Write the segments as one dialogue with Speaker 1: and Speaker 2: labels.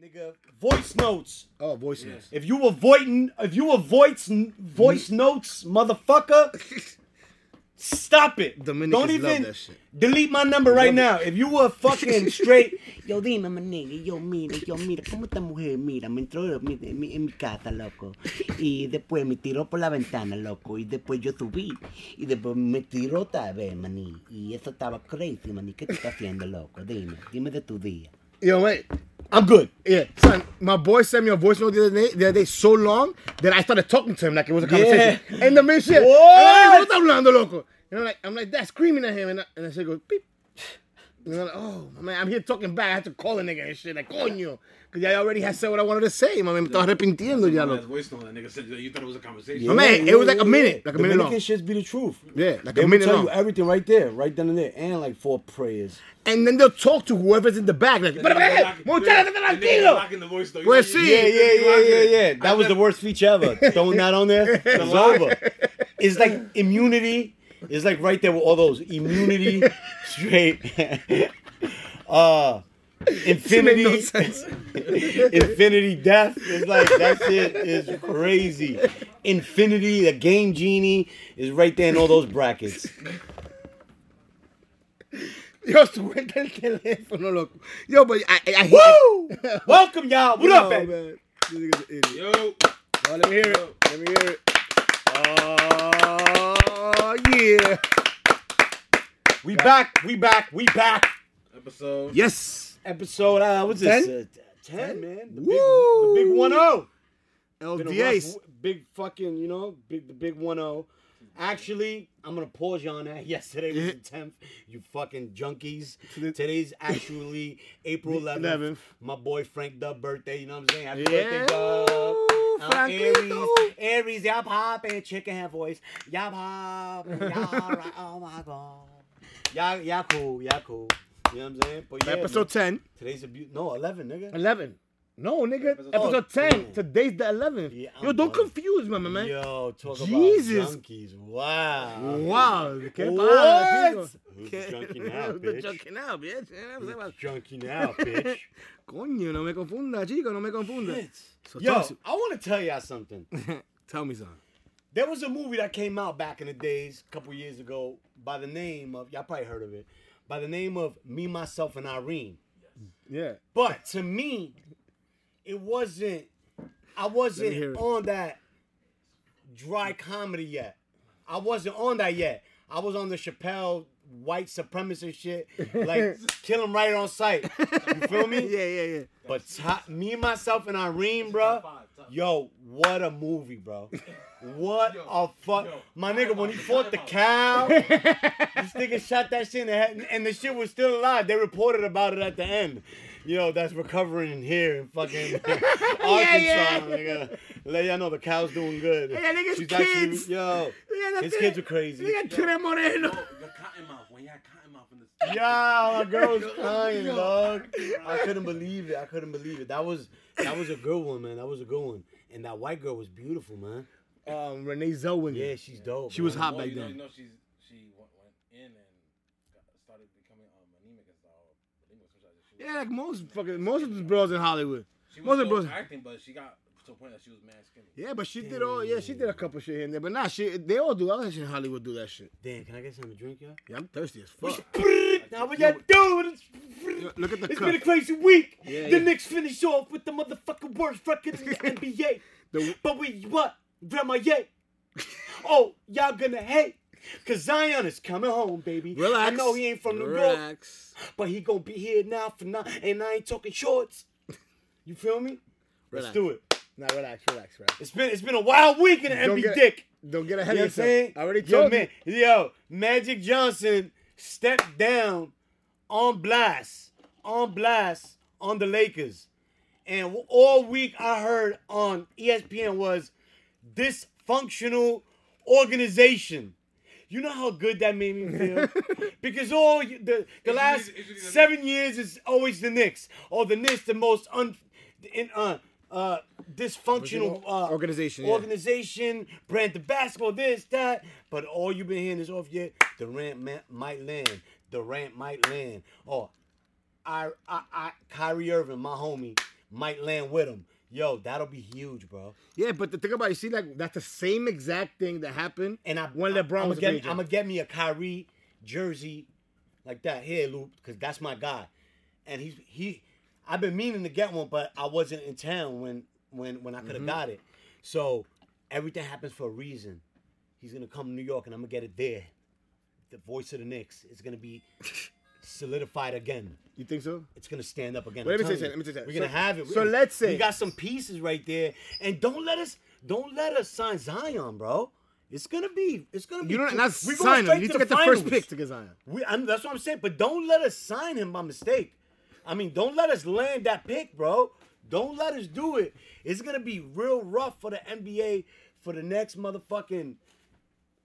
Speaker 1: nigga. Voice notes.
Speaker 2: Oh, voice notes.
Speaker 1: If you avoiding, if you avoid voice notes, motherfucker, stop it.
Speaker 2: Dominicans
Speaker 1: Don't even
Speaker 2: love that shit.
Speaker 1: delete my number right now. If you were fucking straight,
Speaker 3: Yo, dime, mi nigga, yo, mira, yo, mira, cómo esta mujer, mira, me entró en mi, en mi- en mi casa, loco. Y después me tiró por la ventana, loco. Y después yo subí. Y después me tiró otra vez, maní. Y eso estaba crazy, maní. ¿Qué tú estás haciendo, loco? Dime, dime de tu día.
Speaker 2: Yo, wait.
Speaker 1: I'm good.
Speaker 2: Yeah, son, my boy sent me a voice note the other day, the other day so long that I started talking to him like it was a conversation. And the man shit,
Speaker 1: What?
Speaker 2: "Hey, what está hablando, loco? And I'm like, I'm like that, screaming at him, and, I, and the shit goes beep. And I'm like, oh man, I'm here talking back. I had to call a nigga and shit, like coño, because I already had said what I wanted to say. My man, me estaba arrepintiendo ya,
Speaker 4: That's
Speaker 2: loco.
Speaker 4: voice tone. That nigga said you thought it was a conversation.
Speaker 2: I'm like, it was like a minute, like a minute
Speaker 1: Dominican
Speaker 2: long.
Speaker 1: shits be the truth.
Speaker 2: Yeah, like
Speaker 1: they
Speaker 2: a
Speaker 1: will
Speaker 2: minute
Speaker 1: tell
Speaker 2: long.
Speaker 1: you everything right there, right then and there, and like four prayers.
Speaker 2: And then they'll talk to whoever's in the back, like,
Speaker 4: And
Speaker 2: "Pero,
Speaker 4: then they
Speaker 2: eh,
Speaker 4: lock it.
Speaker 2: muchacha,
Speaker 4: And
Speaker 2: te
Speaker 4: then they
Speaker 2: tranquilo."
Speaker 4: lock in the voice though.
Speaker 2: Pues sí.
Speaker 1: Yeah, yeah, yeah, yeah, yeah.
Speaker 4: I
Speaker 1: That was the
Speaker 4: never-
Speaker 1: worst feature ever. Throwing that on there, it's over. It's like immunity. It's like right there with all those immunity, straight, uh,
Speaker 2: It made no
Speaker 1: infinity,
Speaker 2: sense.
Speaker 1: infinity death. It's like that shit is crazy. Infinity, the game genie is right there in all those brackets.
Speaker 2: Yo, suelta el teléfono, loco. Yo, but I, I, I
Speaker 1: Woo! Welcome y'all. What up,
Speaker 2: Yo,
Speaker 1: baby?
Speaker 2: man? This nigga's an idiot.
Speaker 4: Yo,
Speaker 2: Oh, let me hear it. Let me hear it. Oh yeah.
Speaker 1: We back. We back. We back.
Speaker 4: episode.
Speaker 2: Yes.
Speaker 1: Episode. Uh, what's this?
Speaker 2: Ten?
Speaker 1: Uh, Ten, man. The big, the
Speaker 2: Woo!
Speaker 1: big one oh. zero. Been a
Speaker 2: LDAs.
Speaker 1: rough w- Big fucking, you know, big the big one zero. Actually, I'm gonna pause you on that. Yesterday was the tenth. You fucking junkies. Today's actually April eleventh.
Speaker 2: 11th.
Speaker 1: My boy Frank Dub birthday. You know what I'm saying? Happy
Speaker 2: Yeah.
Speaker 1: birthday, Dub.
Speaker 2: Ooh,
Speaker 1: I'm Aries,
Speaker 2: Frankito.
Speaker 1: Aries, y'all poppin', chicken head voice, y'all pop, y'all right, oh my god, y'all, y'all cool, y'all cool. You know what I'm saying? But yeah,
Speaker 2: Episode
Speaker 1: man,
Speaker 2: ten.
Speaker 1: Today's a beaut. No, eleven, nigga.
Speaker 2: Eleven. No, nigga. Episode,
Speaker 1: Episode
Speaker 2: ten.
Speaker 1: ten. Oh.
Speaker 2: Today's the eleventh.
Speaker 1: Yeah, I'm
Speaker 2: Yo, don't
Speaker 1: done.
Speaker 2: confuse me, my man.
Speaker 1: Yo, talk
Speaker 2: Jesus.
Speaker 1: about junkies. Wow.
Speaker 2: Wow. ¿Qué
Speaker 1: What?
Speaker 2: pasa, chico?
Speaker 1: Who's
Speaker 2: ¿Qué-
Speaker 1: junking now,
Speaker 2: Who's the
Speaker 1: bitch?
Speaker 2: junking now, bitch? You know what I'm saying?
Speaker 1: Junkie now, bitch.
Speaker 2: Coño, no me confunda, chico. No me confunda. So
Speaker 1: Yo,
Speaker 2: talk to-
Speaker 1: I want to tell y'all something.
Speaker 2: Tell me something.
Speaker 1: There was a movie that came out back in the days, a couple years ago, by the name of y'all probably heard of it, by the name of Me, Myself, and Irene.
Speaker 2: Yeah.
Speaker 1: But to me, it wasn't. I
Speaker 2: Let me hear
Speaker 1: wasn't
Speaker 2: it.
Speaker 1: on that dry comedy yet. I wasn't on that yet. I was on the Chappelle white supremacist shit, like kill him right on sight. You feel me?
Speaker 2: Yeah, yeah, yeah.
Speaker 1: But to- me, myself, and Irene, bro. Yo, what a movie, bro. What a fuck.
Speaker 4: yo,
Speaker 1: My
Speaker 4: time
Speaker 1: nigga, when
Speaker 4: out,
Speaker 1: he fought the
Speaker 4: time
Speaker 1: cow,
Speaker 4: out.
Speaker 1: this nigga shot that shit in the head, and the shit was still alive. They reported about it at the end. Yo, that's recovering in here in fucking Arkansas,
Speaker 2: yeah.
Speaker 1: nigga. Let y'all know the cow's doing good.
Speaker 2: Yeah, nigga's kids.
Speaker 1: yo, his kids are crazy.
Speaker 2: Look at Tere
Speaker 4: Yo,
Speaker 2: Moreno.
Speaker 4: the cotton mouth. When you had cotton mouth in the
Speaker 1: Yeah, my girl was crying, dog. I couldn't believe it. I couldn't believe it. That was that was a good one, man. That was a good one. And that white girl was beautiful, man.
Speaker 2: Um, Renee Zellweger.
Speaker 1: Yeah, she's dope.
Speaker 2: She was
Speaker 1: man.
Speaker 2: hot
Speaker 4: Well,
Speaker 2: back
Speaker 4: you know,
Speaker 2: then.
Speaker 4: you know she's she went, went in and got, started becoming um, anemic and stuff. Anemic sometimes. She was,
Speaker 2: Yeah, like most fucking most of the bros in Hollywood.
Speaker 4: she
Speaker 2: most of
Speaker 4: was
Speaker 2: the
Speaker 4: still
Speaker 2: bros.
Speaker 4: acting, but she got to a point that she was mad skinny.
Speaker 2: Yeah, but she did all. Yeah, she did a couple shit here and there. But nah, she they all do. All that shit in Hollywood do that shit.
Speaker 1: Damn, can I get something to drink, y'all?
Speaker 2: Yeah, I'm thirsty as fuck.
Speaker 1: Now what y'all doing?
Speaker 2: Yo,
Speaker 1: It's,
Speaker 2: Look at the
Speaker 1: it's
Speaker 2: cup.
Speaker 1: been a crazy week.
Speaker 2: Yeah,
Speaker 1: the
Speaker 2: yeah.
Speaker 1: Knicks finish off with the motherfucking worst record in the NBA.
Speaker 2: The-
Speaker 1: but we what? Grandma yay. Oh, y'all gonna hate. Cause Zion is coming home, baby.
Speaker 2: Relax.
Speaker 1: I know he ain't from New York.
Speaker 2: Relax.
Speaker 1: but he gonna be here now for now, and I ain't talking shorts. You feel me? Let's
Speaker 2: Relax.
Speaker 1: do it.
Speaker 2: Nah, relax, relax, relax.
Speaker 1: It's been it's been a wild week in the
Speaker 2: Don't
Speaker 1: MB
Speaker 2: get-
Speaker 1: Dick.
Speaker 2: Don't get
Speaker 1: You
Speaker 2: ahead
Speaker 1: know what I'm
Speaker 2: of yourself.
Speaker 1: saying?
Speaker 2: I already
Speaker 1: yo,
Speaker 2: told you.
Speaker 1: man, yo, Magic Johnson stepped down on blast, on blast on the Lakers, and w- all week I heard on E ESPN was dysfunctional organization. You know how good that made me feel? because all you- the, the
Speaker 4: It's
Speaker 1: last
Speaker 4: usually- it's usually the
Speaker 1: seven years is always the Knicks. Or the Knicks, the most un, in, uh, uh, dysfunctional uh,
Speaker 2: Organization, yeah.
Speaker 1: organization, brand the basketball, this, that. But all you've been hearing is oh, off yet. Durant ma- might land. Oh, Durant might land. Or I, I, I, Kyrie Irving, my homie, might land with him. Yo, that'll be huge, bro.
Speaker 2: Yeah, but the thing about it, you see, like that's the same exact thing that happened.
Speaker 1: And I
Speaker 2: when LeBron
Speaker 1: I'm
Speaker 2: was a
Speaker 1: gonna
Speaker 2: free
Speaker 1: get, I'm gonna
Speaker 2: agent.
Speaker 1: get me a Kyrie jersey like that here, Luke, because that's my guy. And he's he, I've been meaning to get one, but I wasn't in town when when when I could have
Speaker 2: Mm-hmm.
Speaker 1: got it. So everything happens for a reason. He's gonna come to New York, and I'm gonna get it there. The voice of the Knicks is gonna be solidified again.
Speaker 2: You think so?
Speaker 1: It's gonna stand up again.
Speaker 2: Wait,
Speaker 1: I'm
Speaker 2: let
Speaker 1: telling
Speaker 2: me say
Speaker 1: you.
Speaker 2: something, let me say something.
Speaker 1: We're gonna
Speaker 2: So-
Speaker 1: have it.
Speaker 2: so let's say-
Speaker 1: we got some pieces right there, and don't let us don't let us sign Zion, bro. It's gonna be it's gonna be.
Speaker 2: You don't not
Speaker 1: we're going
Speaker 2: sign him.
Speaker 1: straight
Speaker 2: You need to
Speaker 1: the
Speaker 2: get the first
Speaker 1: finals.
Speaker 2: pick to get Zion.
Speaker 1: We, I'm, that's what I'm saying. But don't let us sign him by mistake. I mean, don't let us land that pick, bro. Don't let us do it. It's gonna be real rough for the NBA for the next motherfucking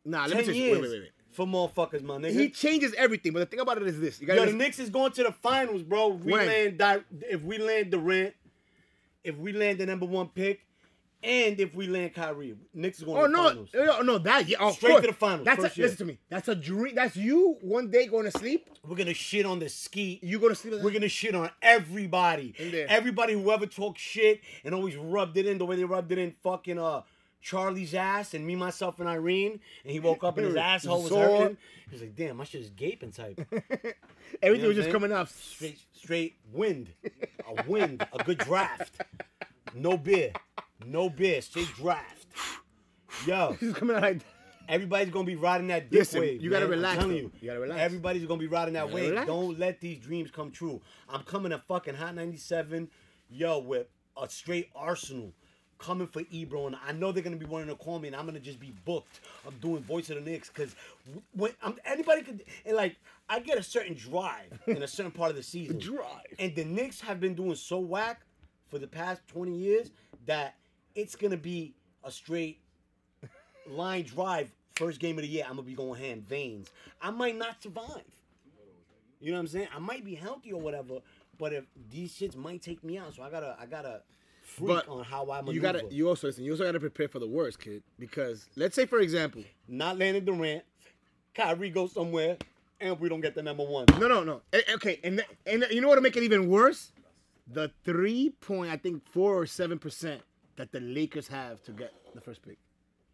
Speaker 2: Nah, Uh, let me
Speaker 1: ten
Speaker 2: tell you.
Speaker 1: years
Speaker 2: Wait, wait, wait, wait.
Speaker 1: for motherfuckers, my nigga.
Speaker 2: He changes everything, but the thing about it is this: you gotta
Speaker 1: Yo, the
Speaker 2: listen-
Speaker 1: Knicks is going to the finals, bro. If we
Speaker 2: When?
Speaker 1: land Di- if we land Durant, if we land the number one pick, and if we land Kyrie, Knicks is going to
Speaker 2: Oh
Speaker 1: the
Speaker 2: no,
Speaker 1: finals.
Speaker 2: no, no, that yeah, of
Speaker 1: Straight to
Speaker 2: course.
Speaker 1: the finals,
Speaker 2: That's
Speaker 1: first
Speaker 2: a,
Speaker 1: year.
Speaker 2: listen to me. That's a dream. That's you one day going to sleep.
Speaker 1: We're gonna shit on the ski.
Speaker 2: You going to sleep.
Speaker 1: We're gonna shit on everybody.
Speaker 2: In there.
Speaker 1: Everybody who ever talked shit and always rubbed it in the way they rubbed it in fucking uh Charlie's ass and me, myself, and Irene. And he woke up and his
Speaker 2: Dude,
Speaker 1: asshole was
Speaker 2: sore.
Speaker 1: hurting. He was like, damn, my shit is gaping type. You
Speaker 2: Everything
Speaker 1: know
Speaker 2: was just
Speaker 1: what
Speaker 2: coming up.
Speaker 1: straight straight wind. A wind, a good draft. No beer. No beer, straight draft. Yo,
Speaker 2: Just coming out like that.
Speaker 1: everybody's gonna be riding that dick
Speaker 2: Listen,
Speaker 1: wave.
Speaker 2: you gotta
Speaker 1: man. I'm
Speaker 2: relax,
Speaker 1: telling
Speaker 2: though. You gotta relax.
Speaker 1: Everybody's gonna be riding that
Speaker 2: gotta
Speaker 1: wave.
Speaker 2: relax.
Speaker 1: Don't let these dreams come true. I'm coming to fucking Hot 97, yo, with a straight arsenal. Coming for Ebro, and I know they're gonna be wanting to call me, and I'm gonna just be booked. I'm doing voice of the Knicks because when I'm, anybody could, and like I get a certain drive in a certain part of the season.
Speaker 2: Drive.
Speaker 1: And the Knicks have been doing so whack for the past 20 years that it's gonna be a straight line drive first game of the year. I'm gonna be going hand veins. I might not survive. You know what I'm saying? I might be healthy or whatever, but if these shits might take me out, so I gotta I gotta freak
Speaker 2: But
Speaker 1: on how I maneuver.
Speaker 2: You gotta. You also listen. You also gotta prepare for the worst, kid. Because let's say, for example,
Speaker 1: not landing Durant, Kyrie goes somewhere, and we don't get the number one.
Speaker 2: no, no, no. Eh, Okay, and th- and you know what to make it even worse? The three point, I think four or seven percent that the Lakers have to get the first pick.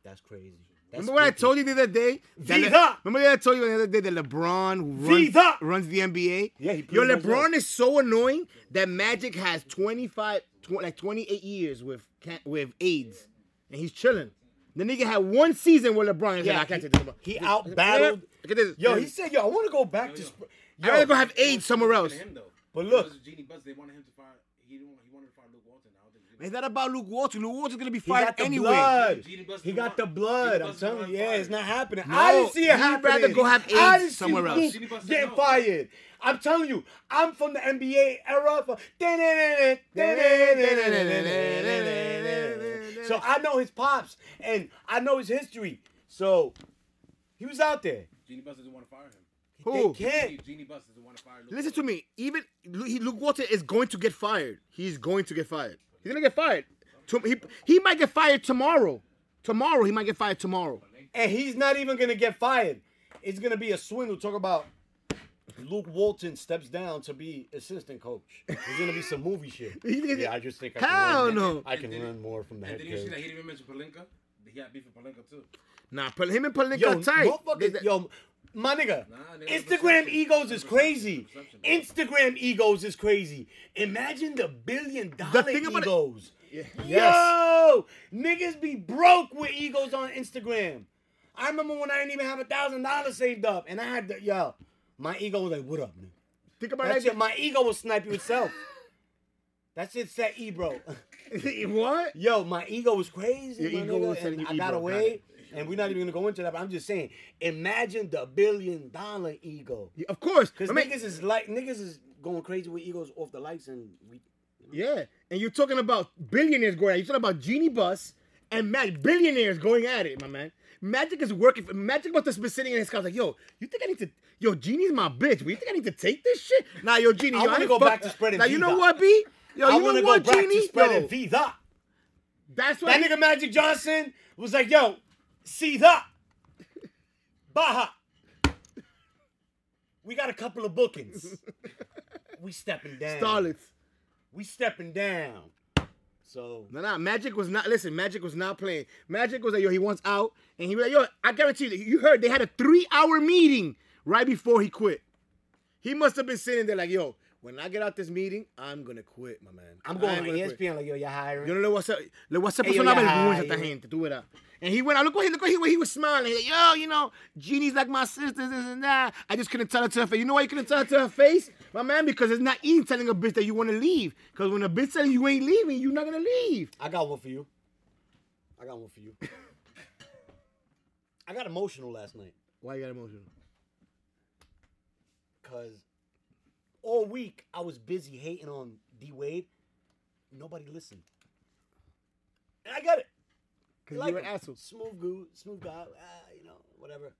Speaker 1: That's crazy. That's
Speaker 2: Remember what I
Speaker 1: spooky.
Speaker 2: told you the other day? That Le-
Speaker 1: Vida!
Speaker 2: remember what I told you the other day that LeBron who runs,
Speaker 1: Vida!
Speaker 2: runs the NBA?
Speaker 1: Yeah, he
Speaker 2: Yo,
Speaker 1: pretty much
Speaker 2: LeBron
Speaker 1: does.
Speaker 2: is so annoying that Magic has 25, tw- like 28 years with can- with AIDS, and he's chilling. The nigga had one season with LeBron. He's yeah,
Speaker 1: Yeah,
Speaker 2: I can't
Speaker 1: he-
Speaker 2: take this.
Speaker 1: he
Speaker 2: This-
Speaker 1: outbattled-
Speaker 2: Look at this.
Speaker 1: Yo, he said, yo, I want to go back to. Sp-
Speaker 2: I'd rather
Speaker 1: yo,
Speaker 2: go have AIDS somewhere else.
Speaker 4: Him, though.
Speaker 1: But
Speaker 4: It
Speaker 1: look-
Speaker 4: was Jeannie Bus. They wanted him to find. He didn't. want- He wanted to find Luke Walton. I don't think. Jeannie-
Speaker 2: Is that about Luke Walton? Luke Walton's gonna be
Speaker 1: He
Speaker 2: fired
Speaker 1: got the
Speaker 2: anyway.
Speaker 1: blood.
Speaker 4: Genie Bus
Speaker 1: He
Speaker 4: the
Speaker 1: got the
Speaker 4: one.
Speaker 1: blood.
Speaker 4: Genie
Speaker 1: I'm
Speaker 4: Bus the
Speaker 1: telling
Speaker 4: one
Speaker 1: you, yeah,
Speaker 4: fired.
Speaker 1: it's not happening.
Speaker 2: No,
Speaker 1: I didn't see it
Speaker 2: he'd
Speaker 1: happening.
Speaker 2: rather go have
Speaker 1: I
Speaker 2: AIDS
Speaker 1: didn't see
Speaker 2: somewhere
Speaker 1: Luke
Speaker 2: else.
Speaker 4: Genie Bus said
Speaker 1: Get
Speaker 4: no.
Speaker 1: fired. I'm telling you, I'm from the NBA era. For... So I know his pops and I know his history. So he was out there.
Speaker 4: Jeannie Bus doesn't want to fire him.
Speaker 2: Who?
Speaker 1: They can't.
Speaker 4: Jeannie, Jeannie Bus doesn't want to fire Luke.
Speaker 2: Listen to me. Even Lu- he- Luke Walton is going to get fired. He's going to get fired. He's gonna get fired. To- He, he might get fired tomorrow. Tomorrow he might get fired tomorrow.
Speaker 1: And he's not even gonna get fired. It's gonna be a swindle. Talk about Luke Walton steps down to be assistant coach. There's gonna be some movie shit.
Speaker 2: He's gonna-
Speaker 1: yeah, I just think I
Speaker 2: Hell
Speaker 1: can learn,
Speaker 2: no.
Speaker 1: I can
Speaker 4: And then-
Speaker 1: learn more from the
Speaker 4: And
Speaker 1: head
Speaker 4: then you see that
Speaker 1: coach.
Speaker 4: he didn't even mention Palinka. He had beef with Palinka too.
Speaker 2: Nah, put him and Palinka
Speaker 1: Yo,
Speaker 2: tight. They-
Speaker 1: motherfuckers,
Speaker 2: they-
Speaker 1: yo, my nigga,
Speaker 4: Nah, nigga,
Speaker 1: Instagram
Speaker 4: perception.
Speaker 1: egos is crazy.
Speaker 4: Perception.
Speaker 1: Instagram egos is crazy. Imagine the billion dollar
Speaker 2: thing about it-
Speaker 1: egos.
Speaker 2: Yes.
Speaker 1: Yo, niggas be broke with egos on Instagram. I remember when I didn't even have a thousand dollars saved up, and I had to, yo, my ego was like, "What up, nigga?"
Speaker 2: Think about
Speaker 1: That's it.
Speaker 2: that.
Speaker 1: My ego will snipe you itself. That's it, set E, ebro.
Speaker 2: what?
Speaker 1: Yo, my ego was crazy.
Speaker 2: Your
Speaker 1: my
Speaker 2: ego
Speaker 1: nigga,
Speaker 2: was setting
Speaker 1: and
Speaker 2: you
Speaker 1: I got
Speaker 2: ebro,
Speaker 1: away, and we're not even gonna go into that. But I'm just saying, imagine the billion dollar ego.
Speaker 2: Yeah, Of course.
Speaker 1: Cause
Speaker 2: I mean,
Speaker 1: niggas is like niggas is going crazy with egos off the lights, and we
Speaker 2: yeah. And you're talking about billionaires going at it. You're talking about Genie Bus and Magic. Billionaires going at it, my man. Magic is working. For, Magic must have been sitting in his car like, yo, you think I need to? Yo, Genie's my bitch. But you think I need to take this shit? Nah, yo, Genie.
Speaker 1: I
Speaker 2: yo,
Speaker 1: wanna
Speaker 2: ain't
Speaker 1: go
Speaker 2: fuck-
Speaker 1: back to spreading
Speaker 2: Now you know
Speaker 1: Vida.
Speaker 2: what, B? Yo,
Speaker 1: I
Speaker 2: Oh, you
Speaker 1: want to
Speaker 2: know
Speaker 1: go
Speaker 2: what,
Speaker 1: back to
Speaker 2: Genie?
Speaker 1: spreading
Speaker 2: Yo,
Speaker 1: vida.
Speaker 2: that's what.
Speaker 1: That nigga Magic Johnson was like, yo, see that. Baja. We got a couple of bookings. we stepping down.
Speaker 2: Starlets.
Speaker 1: We stepping down. So
Speaker 2: No, no, Magic was not. Listen, Magic was not playing. Magic was like, yo, he wants out, and he was like, yo, I guarantee you, you heard they had a three-hour meeting right before he quit. He must have been sitting there like, yo, when I get out this meeting, I'm gonna quit, my man.
Speaker 1: I'm going
Speaker 2: I'm
Speaker 1: on E
Speaker 2: gonna quit.
Speaker 1: ESPN like yo, you're hiring.
Speaker 2: Yo no le voy a hacer, le voy a hacer
Speaker 1: Ey, yo,
Speaker 2: pasar una
Speaker 1: ya,
Speaker 2: vergüenza a esta
Speaker 1: ya.
Speaker 2: gente, tú verás. And he went out, look what he, look what he, he was smiling. He like, yo, you know, Jeannie's like my sister, this and that. I just couldn't tell her to her face. You know why you couldn't tell her to her face? My man, because it's not easy telling a bitch that you want to leave. Because when a bitch telling you ain't leaving, you're not going to leave.
Speaker 1: I got one for you. I got one for you. I got emotional last night
Speaker 2: Why you got emotional?
Speaker 1: because all week I was busy hating on D Wade. Nobody listened, and I got it.
Speaker 2: Because
Speaker 1: like
Speaker 2: you're an
Speaker 1: him.
Speaker 2: asshole.
Speaker 1: Smooth goo, smooth guy, uh, you know, whatever.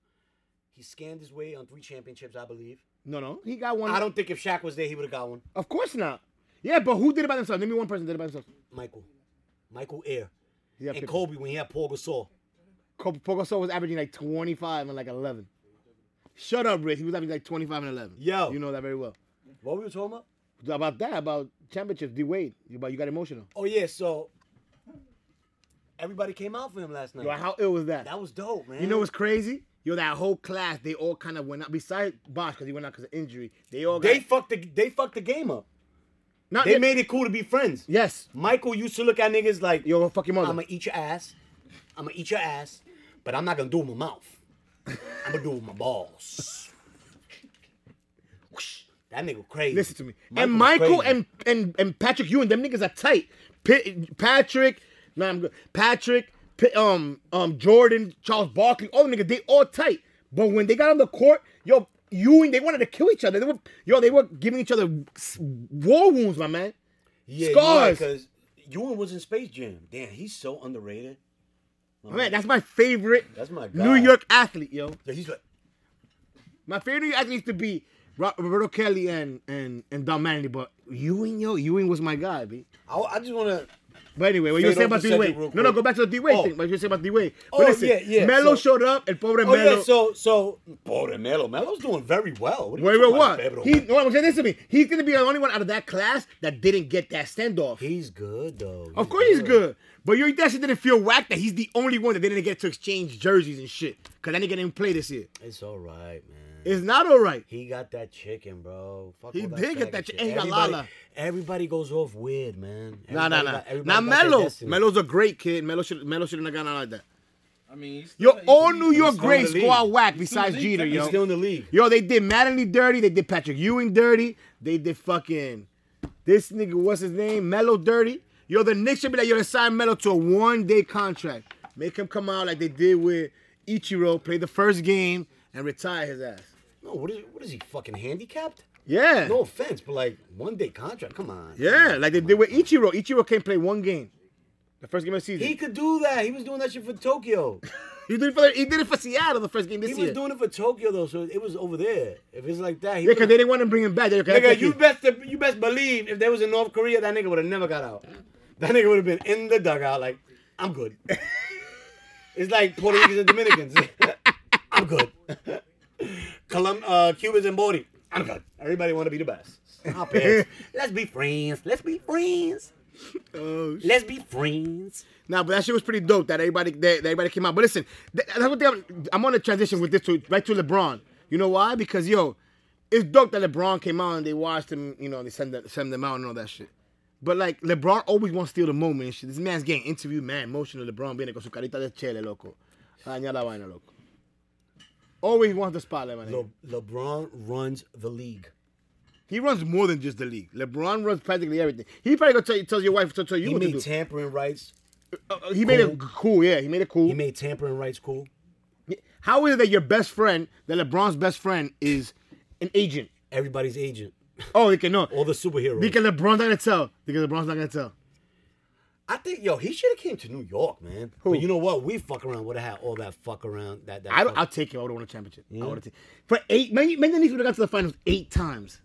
Speaker 1: He scammed his way on three championships, I believe.
Speaker 2: No, no, he got one.
Speaker 1: I don't think if Shaq was there, he would have got one.
Speaker 2: Of course not. Yeah, but who did it by themselves? Name me one person that did it by themselves.
Speaker 1: Michael, Michael Air,
Speaker 2: Yeah,
Speaker 1: and
Speaker 2: Pippen.
Speaker 1: Kobe when he had Paul Gasol.
Speaker 2: Col- Paul Gasol was averaging like 25 and like 11. Shut up, Rick. He was averaging like 25 and 11.
Speaker 1: Yo.
Speaker 2: You know that very well.
Speaker 1: What were we talking about?
Speaker 2: about that about championships. D Wade, you, about you got emotional.
Speaker 1: Oh yeah, so everybody came out for him last night.
Speaker 2: Yo, how ill was that?
Speaker 1: that was dope, man.
Speaker 2: you know what's crazy? Yo, that whole class, they all kind of went out. Besides Bosch, because he went out because of injury. They all got,
Speaker 1: they fucked the they fucked the game up.
Speaker 2: not,
Speaker 1: They made it cool to be friends.
Speaker 2: yes.
Speaker 1: Michael used to look at niggas like,
Speaker 2: Yo, go fuck your mother.
Speaker 1: I'm gonna eat your ass. I'm gonna eat your ass, but I'm not gonna do it with my mouth. I'm gonna do it with my balls. Whoosh. that nigga crazy.
Speaker 2: Listen to me. and
Speaker 1: was
Speaker 2: Michael
Speaker 1: crazy.
Speaker 2: and, and and Patrick Ewing, them niggas are tight. Pi Patrick, nah, I'm good. Patrick, Pi- um um Jordan, Charles Barkley, all the niggas, they all tight. But when they got on the court, yo, Ewing, they wanted to kill each other. They were, yo, they were giving each other s- war wounds, my man.
Speaker 1: yeah,
Speaker 2: scars.
Speaker 1: because Ewan was in Space Jam. Damn, he's so underrated.
Speaker 2: My man, that's my favorite
Speaker 1: That's my
Speaker 2: New
Speaker 1: guy.
Speaker 2: York athlete, yo.
Speaker 1: Yeah, he's like,
Speaker 2: My favorite New York athlete used to be Ro- Roberto Kelly and and and Don Manley, but Ewing, yo, Ewing was my guy, B.
Speaker 1: I, I just wanna.
Speaker 2: But anyway, what you
Speaker 1: Fade
Speaker 2: say
Speaker 1: over
Speaker 2: about
Speaker 1: to
Speaker 2: D Wade?
Speaker 1: Cedric real
Speaker 2: No, no,
Speaker 1: quick.
Speaker 2: go back to the D Wade
Speaker 1: Oh.
Speaker 2: thing. What you say about D Wade?
Speaker 1: Oh,
Speaker 2: listen,
Speaker 1: yeah, yeah,
Speaker 2: Melo
Speaker 1: so-
Speaker 2: showed up, and pobre
Speaker 1: Oh
Speaker 2: Melo.
Speaker 1: yeah, so so. Pobre Melo, Melo's doing very well. What are you
Speaker 2: Wait, wait,
Speaker 1: talking about,
Speaker 2: what?
Speaker 1: Pedro?
Speaker 2: He, no, I'm saying this to me. He's gonna be the only one out of that class that didn't get that standoff.
Speaker 1: he's good though.
Speaker 2: of course he's good, but your that shit didn't feel whack that he's the only one that didn't get to exchange jerseys and shit. Cause that nigga didn't play this year.
Speaker 1: It's all right, man.
Speaker 2: It's not all right.
Speaker 1: He got that chicken, bro. Fuck
Speaker 2: He
Speaker 1: all
Speaker 2: did get
Speaker 1: faggot
Speaker 2: that chi-
Speaker 1: shit.
Speaker 2: and he got
Speaker 1: Everybody-
Speaker 2: Lala.
Speaker 1: Everybody goes off weird, man.
Speaker 2: Nah, nah,
Speaker 1: Everybody
Speaker 2: nah.
Speaker 1: got- everybody
Speaker 2: Nah,
Speaker 1: got their
Speaker 2: Melo.
Speaker 1: destiny.
Speaker 2: Melo's a great kid. Melo should Melo shouldn't have gone out like that.
Speaker 4: I mean, he's still-
Speaker 2: Yo,
Speaker 4: he's-
Speaker 2: all
Speaker 4: he's-
Speaker 2: New York
Speaker 1: still in
Speaker 2: greats
Speaker 1: the
Speaker 2: go out
Speaker 1: league.
Speaker 2: whack
Speaker 4: still in
Speaker 2: besides
Speaker 4: the
Speaker 2: Jeter,
Speaker 4: league.
Speaker 1: He's
Speaker 2: yo.
Speaker 1: still in the league.
Speaker 2: Yo, they did Mattingly dirty. They did Patrick Ewing dirty. They did fucking this nigga. What's his name? Mello dirty. Yo, the Knicks should be like, yo, they signed Mello to a one day contract. Make him come out like they did with Ichiro, play the first game and retire his ass.
Speaker 1: No, what is what is he fucking handicapped?
Speaker 2: Yeah.
Speaker 1: No offense, but like one day contract. Come on.
Speaker 2: Yeah, like they did with Ichiro. Ichiro can't play one game. The first game of the season.
Speaker 1: He could do that. He was doing that shit for Tokyo.
Speaker 2: He did it for he did it for Seattle the first game this
Speaker 1: He
Speaker 2: year.
Speaker 1: was doing it for Tokyo though, so it was over there. If it's like that, he
Speaker 2: yeah, because
Speaker 1: would've-
Speaker 2: they didn't want to bring him back. They were like,
Speaker 1: Nigga,
Speaker 2: "Fuck
Speaker 1: you best you best believe if there was in North Korea, that nigga would have never got out. That nigga would have been in the dugout like, I'm good. it's like Puerto Ricans and Dominicans. I'm good. Colum- uh, Cubans and Bori. I'm good. Everybody want to be the best. Stop it. Let's be friends. Let's be friends.
Speaker 2: Oh,
Speaker 1: Let's be friends.
Speaker 2: Nah, but that shit was pretty dope that everybody that, that everybody came out. But listen, that, that's what I'm, I'm on a transition with this to right to LeBron. You know why? Because yo, it's dope that LeBron came out and they watched him. You know, they send them, send them out and all that shit. But like LeBron always wants to steal the moment and shit. This man's getting interviewed, man, emotional. LeBron viene con su carita de chele, loco. Daña la vaina, loco. Always wants the spotlight, man.
Speaker 1: Le- LeBron runs the league.
Speaker 2: He runs more than just the league. LeBron runs practically everything. He probably gonna tell, tells your wife to tell you
Speaker 1: He
Speaker 2: what to
Speaker 1: made
Speaker 2: do.
Speaker 1: tampering rights.
Speaker 2: Uh, uh, he made it cool, yeah. He made it cool.
Speaker 1: He made tampering rights cool.
Speaker 2: How is it that your best friend, that LeBron's best friend, is an agent?
Speaker 1: Everybody's agent.
Speaker 2: Oh, they can know.
Speaker 1: All the superheroes.
Speaker 2: Because LeBron's not gonna tell. Because LeBron's not gonna tell.
Speaker 1: I think yo, he should have came to New York, man.
Speaker 2: Who?
Speaker 1: But you know what? We fuck around would have had all that fuck around. That that.
Speaker 2: I don't,
Speaker 1: fuck-
Speaker 2: I'll take him. I would have won a championship. I would have taken for eight. Many many Knicks would have got to the finals eight times.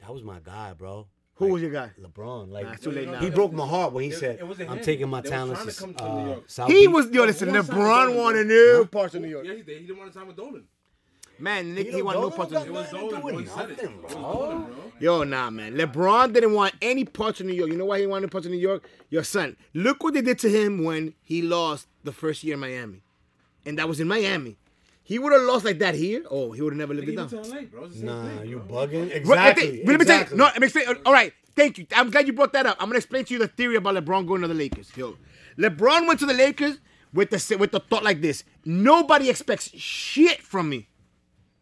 Speaker 1: that was my guy, bro.
Speaker 2: Who was your guy?
Speaker 1: LeBron. Like
Speaker 2: it's too late now.
Speaker 1: he broke my heart when he
Speaker 4: It-
Speaker 1: said,
Speaker 4: it wasn't
Speaker 1: "I'm
Speaker 4: him.
Speaker 1: taking my
Speaker 4: They was
Speaker 1: talents." to,
Speaker 4: trying to come to
Speaker 1: uh,
Speaker 4: New York.
Speaker 1: South
Speaker 2: He
Speaker 1: Beach."
Speaker 2: was yo.
Speaker 4: Who
Speaker 2: Listen,
Speaker 4: wants
Speaker 2: LeBron
Speaker 4: Simon
Speaker 2: wanted
Speaker 4: Dolan?
Speaker 2: new parts of New
Speaker 4: Yeah,
Speaker 2: York.
Speaker 4: he did. He didn't want to sign with Dolan.
Speaker 2: Man, Nick,
Speaker 1: You
Speaker 2: he
Speaker 1: know,
Speaker 2: wanted no
Speaker 1: Dolan
Speaker 2: parts of
Speaker 1: got
Speaker 2: New York.
Speaker 4: It was
Speaker 1: nothing to
Speaker 4: Dolan.
Speaker 1: do
Speaker 4: Dolan
Speaker 1: with
Speaker 4: said it.
Speaker 1: nothing,
Speaker 4: It was
Speaker 1: bro.
Speaker 4: Dolan, bro.
Speaker 2: Yo, nah, man. LeBron didn't want any parts of New York. You know why he wanted parts of New York? Your son. Look what they did to him when he lost the first year in Miami, and that was in Miami. He would have lost like that here. Oh, he would have never lived it
Speaker 4: Even
Speaker 2: down.
Speaker 4: to LA, bro. It's the same
Speaker 1: Nah,
Speaker 4: thing,
Speaker 1: you
Speaker 4: bro.
Speaker 1: bugging?
Speaker 2: Bro, I
Speaker 1: Exactly.
Speaker 2: think- let me tell you.
Speaker 1: exactly.
Speaker 2: No, let me explain. All right, thank you. I'm glad you brought that up. I'm gonna explain to you the theory about LeBron going to the Lakers. Yo, LeBron went to the Lakers with the with the thought like this: nobody expects shit from me,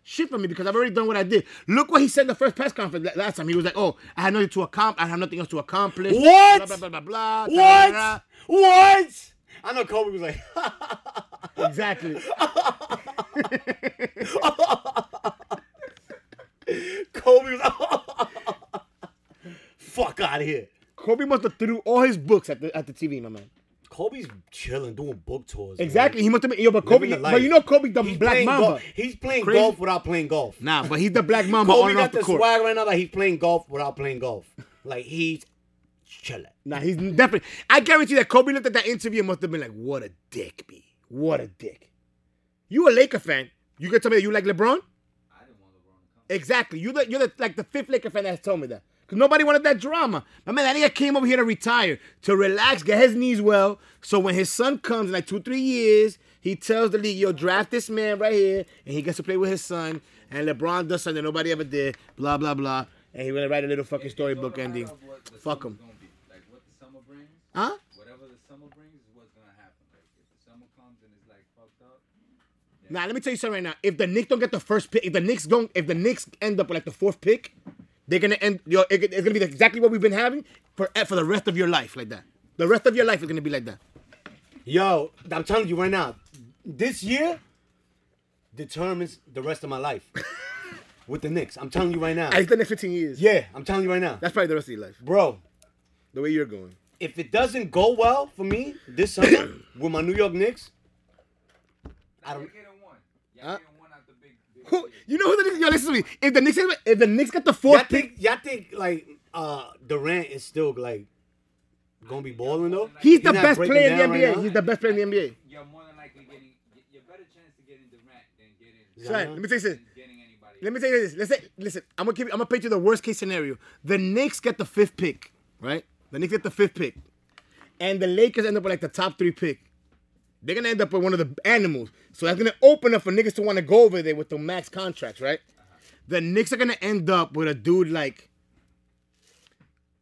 Speaker 2: shit from me because I've already done what I did. Look what he said in the first press conference la- last time. He was like, "Oh, I had nothing to accomplish. I have nothing else to accomplish."
Speaker 1: What?
Speaker 2: Blah blah blah blah. blah da, da, da,
Speaker 1: What? What? I know Kobe was like,
Speaker 2: da. Exactly.
Speaker 1: Kobe was, fuck out of here.
Speaker 2: Kobe must have threw all his books at the at the TV, my man.
Speaker 1: Kobe's chilling, doing book tours. man.
Speaker 2: Exactly. He must have been. Yo, but
Speaker 1: Living
Speaker 2: Kobe.
Speaker 1: the
Speaker 2: But
Speaker 1: life.
Speaker 2: you know Kobe, the
Speaker 1: He's
Speaker 2: black
Speaker 1: playing
Speaker 2: mamba.
Speaker 1: golf- He's playing
Speaker 2: Crazy.
Speaker 1: golf without playing golf.
Speaker 2: Nah, but he's the black mamba on
Speaker 1: Kobe
Speaker 2: and off
Speaker 1: got
Speaker 2: the
Speaker 1: the
Speaker 2: court.
Speaker 1: swag right now that he's playing golf without playing golf. Like he's chilling.
Speaker 2: Nah, he's definitely. I guarantee that Kobe looked at that interview and must have been like, "What a dick, B. What a dick." You a Laker fan? You gonna tell me that you like LeBron? Exactly. You the, you're the, like the fifth Laker fan that's told me that. Cause nobody wanted that drama. My man, that nigga came over here to retire, to relax, get his knees well. So when his son comes in like two, three years, he tells the league, yo, draft this man right here, and he gets to play with his son. And LeBron does something nobody ever did. Blah blah blah. And he gonna write a little fucking storybook ending. Fuck him.
Speaker 5: Like what the summer brings,
Speaker 2: Huh?
Speaker 5: whatever the summer brings is what's gonna happen. Like if the summer comes and it's like fucked up,
Speaker 2: Now let me tell you something right now. If the Knicks don't get the first pick, if the Knicks don't, if the Knicks end up with like the fourth pick, they're gonna end. Yo, it, it's gonna be exactly what we've been having for eh, for the rest of your life, like that. The rest of your life is gonna be like that.
Speaker 1: Yo, I'm telling you right now, this year determines the rest of my life with the Knicks. I'm telling you right now.
Speaker 2: At least the next 15 years.
Speaker 1: yeah, I'm telling you right now,
Speaker 2: That's probably the rest of your life.
Speaker 1: bro.
Speaker 2: The way you're going.
Speaker 1: If it doesn't go well for me this summer with my New York Knicks, I don't.
Speaker 5: y'all getting one. Y'all
Speaker 2: Huh?
Speaker 5: getting one out the big. big
Speaker 2: Who, you know who the Knicks? Yo, listen to me. If the Knicks, if the Knicks get the
Speaker 1: Y'all
Speaker 2: fourth pick,
Speaker 1: think y'all think like uh Durant is still like gonna be balling though?
Speaker 2: he's the
Speaker 1: not
Speaker 2: best
Speaker 1: breaking
Speaker 2: player in the
Speaker 1: down right
Speaker 2: NBA.
Speaker 1: now?
Speaker 2: he's the best player in the NBA.
Speaker 5: You're more than likely getting. you- You're better chance to getting Durant than getting
Speaker 1: Yeah.
Speaker 2: Son, let me tell you this.
Speaker 5: than getting anybody.
Speaker 2: Let me tell you this. Let's say, listen, I'm gonna give you, I'm gonna paint you the worst case scenario. The Knicks get the fifth pick, right? The Knicks get the fifth pick, and the Lakers end up with like the top three pick. They're gonna end up with one of the animals, so that's gonna open up for niggas to want to go over there with the max contracts, right? The Knicks are gonna end up with a dude like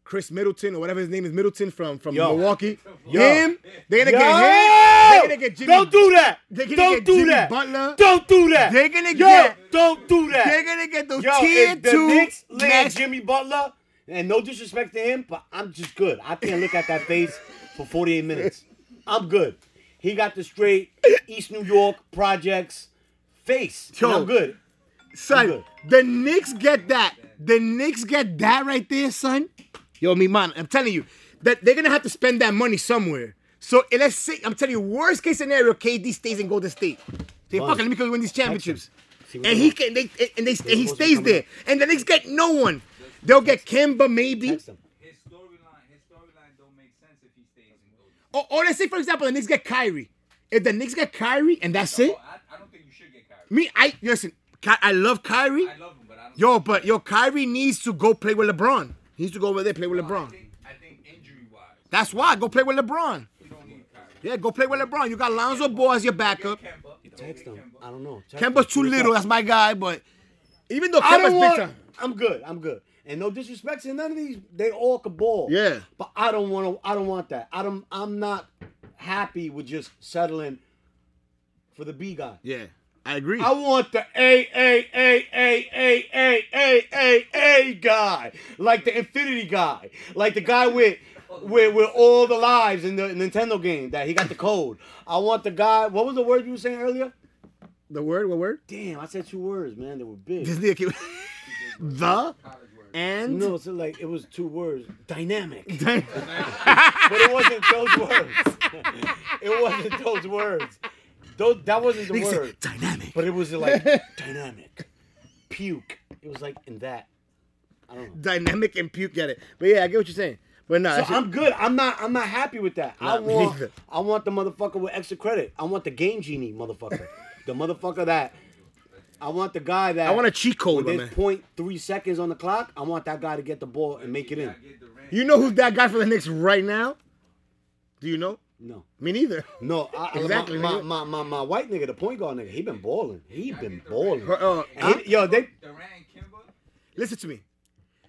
Speaker 2: Chris Middleton or whatever his name is, Middleton from from
Speaker 1: Yo.
Speaker 2: Milwaukee.
Speaker 1: Yo.
Speaker 2: Him, they're gonna
Speaker 1: Yo!
Speaker 2: get him. They're gonna get Jimmy.
Speaker 1: Don't do that.
Speaker 2: They're gonna
Speaker 1: Don't
Speaker 2: get
Speaker 1: do
Speaker 2: Jimmy
Speaker 1: that.
Speaker 2: Butler.
Speaker 1: Don't do that.
Speaker 2: They're gonna
Speaker 1: Yo,
Speaker 2: get-
Speaker 1: Don't do that.
Speaker 2: They're gonna get those
Speaker 1: Yo,
Speaker 2: tier
Speaker 1: if the
Speaker 2: two
Speaker 1: Knicks land
Speaker 2: max-
Speaker 1: Jimmy Butler, and no disrespect to him, but I'm just good. I can't look at that face for 48 minutes. I'm good. He got the straight East New York projects face. and
Speaker 2: Yo.
Speaker 1: I'm good.
Speaker 2: Son,
Speaker 1: good.
Speaker 2: the Knicks get that. The Knicks get that right there, son. Yo, me man, I'm telling you that they're gonna have to spend that money somewhere. So eh, let's say I'm telling you, worst case scenario, KD stays in Golden State. Say,
Speaker 1: Fine.
Speaker 2: fuck it, let me go win these championships.
Speaker 1: See
Speaker 2: And
Speaker 1: what
Speaker 2: he
Speaker 1: happens.
Speaker 2: can, they, eh, and- and they, and he
Speaker 1: supposed to
Speaker 2: stays
Speaker 1: come in.
Speaker 2: there. And the Knicks get no one. They'll get Kimba maybe.
Speaker 1: Text him.
Speaker 5: His storyline, his storyline don't make sense if he stays in Golden. State.
Speaker 2: Or, or let's say, for example, the Knicks get Kyrie. If the Knicks get Kyrie and that's it,
Speaker 5: Oh, I, I don't think you should get Kyrie.
Speaker 2: me, I listen. Ky- I love Kyrie.
Speaker 5: I love him, but I don't.
Speaker 2: Yo, but yo, Kyrie needs to go play with LeBron. He needs to go over there play with
Speaker 5: I
Speaker 2: LeBron.
Speaker 5: think, I think injury wise,
Speaker 2: That's why go play with LeBron.
Speaker 5: you don't need Kyrie.
Speaker 2: Yeah, go play with LeBron. You got Lonzo Ball as your backup.
Speaker 5: Kemba, you don't
Speaker 1: Text
Speaker 5: get
Speaker 1: him. I
Speaker 5: Kemba.
Speaker 1: don't know. Text
Speaker 2: Kemba's
Speaker 1: him.
Speaker 2: too little. That's my guy. But even though
Speaker 1: I don't
Speaker 2: Kemba's big
Speaker 1: want.
Speaker 2: time,
Speaker 1: I'm good. I'm good. And no disrespect to none of these. They all could ball.
Speaker 2: Yeah.
Speaker 1: But I don't want to. I don't want that. I don't. I'm not happy with just settling for the B guy.
Speaker 2: yeah, I agree.
Speaker 1: I want the A A A A A A A A A guy, like the Infinity guy, like the guy with with with all the lives in the Nintendo game that he got the code. I want the guy. What was the word you were saying earlier?
Speaker 2: the word, what word?
Speaker 1: Damn, I said two words, man. They were big.
Speaker 2: This nigga keep- the and
Speaker 1: No, so like it was two words. Dynamic.
Speaker 2: Dang.
Speaker 1: But it wasn't those words. it wasn't those words. Those, that wasn't the
Speaker 2: Nigga said,
Speaker 1: word.
Speaker 2: dynamic.
Speaker 1: But it was like dynamic. Puke. It was like in that. I don't know.
Speaker 2: Dynamic and puke at it. But yeah, I get what you're saying. But no,
Speaker 1: So I'm good. I'm not I'm not happy with that. I
Speaker 2: Not me
Speaker 1: want
Speaker 2: either.
Speaker 1: I want the motherfucker with extra credit. I want the game genie motherfucker. the motherfucker that I want the guy that
Speaker 2: I want a cheat
Speaker 1: when
Speaker 2: code, my
Speaker 1: there's
Speaker 2: man.
Speaker 1: point three seconds on the clock. I want that guy to get the ball and make it in.
Speaker 2: You know who's that guy for the Knicks right now? Do you know?
Speaker 1: No,
Speaker 2: Me neither.
Speaker 1: no, I,
Speaker 2: Exactly,
Speaker 1: exactly. My,
Speaker 2: nigga.
Speaker 1: my, my, my white nigga, the point guard nigga, he been balling. He been balling.
Speaker 2: Her- uh,
Speaker 1: He- yo, they.
Speaker 5: Durant and Kimba.
Speaker 2: listen to me.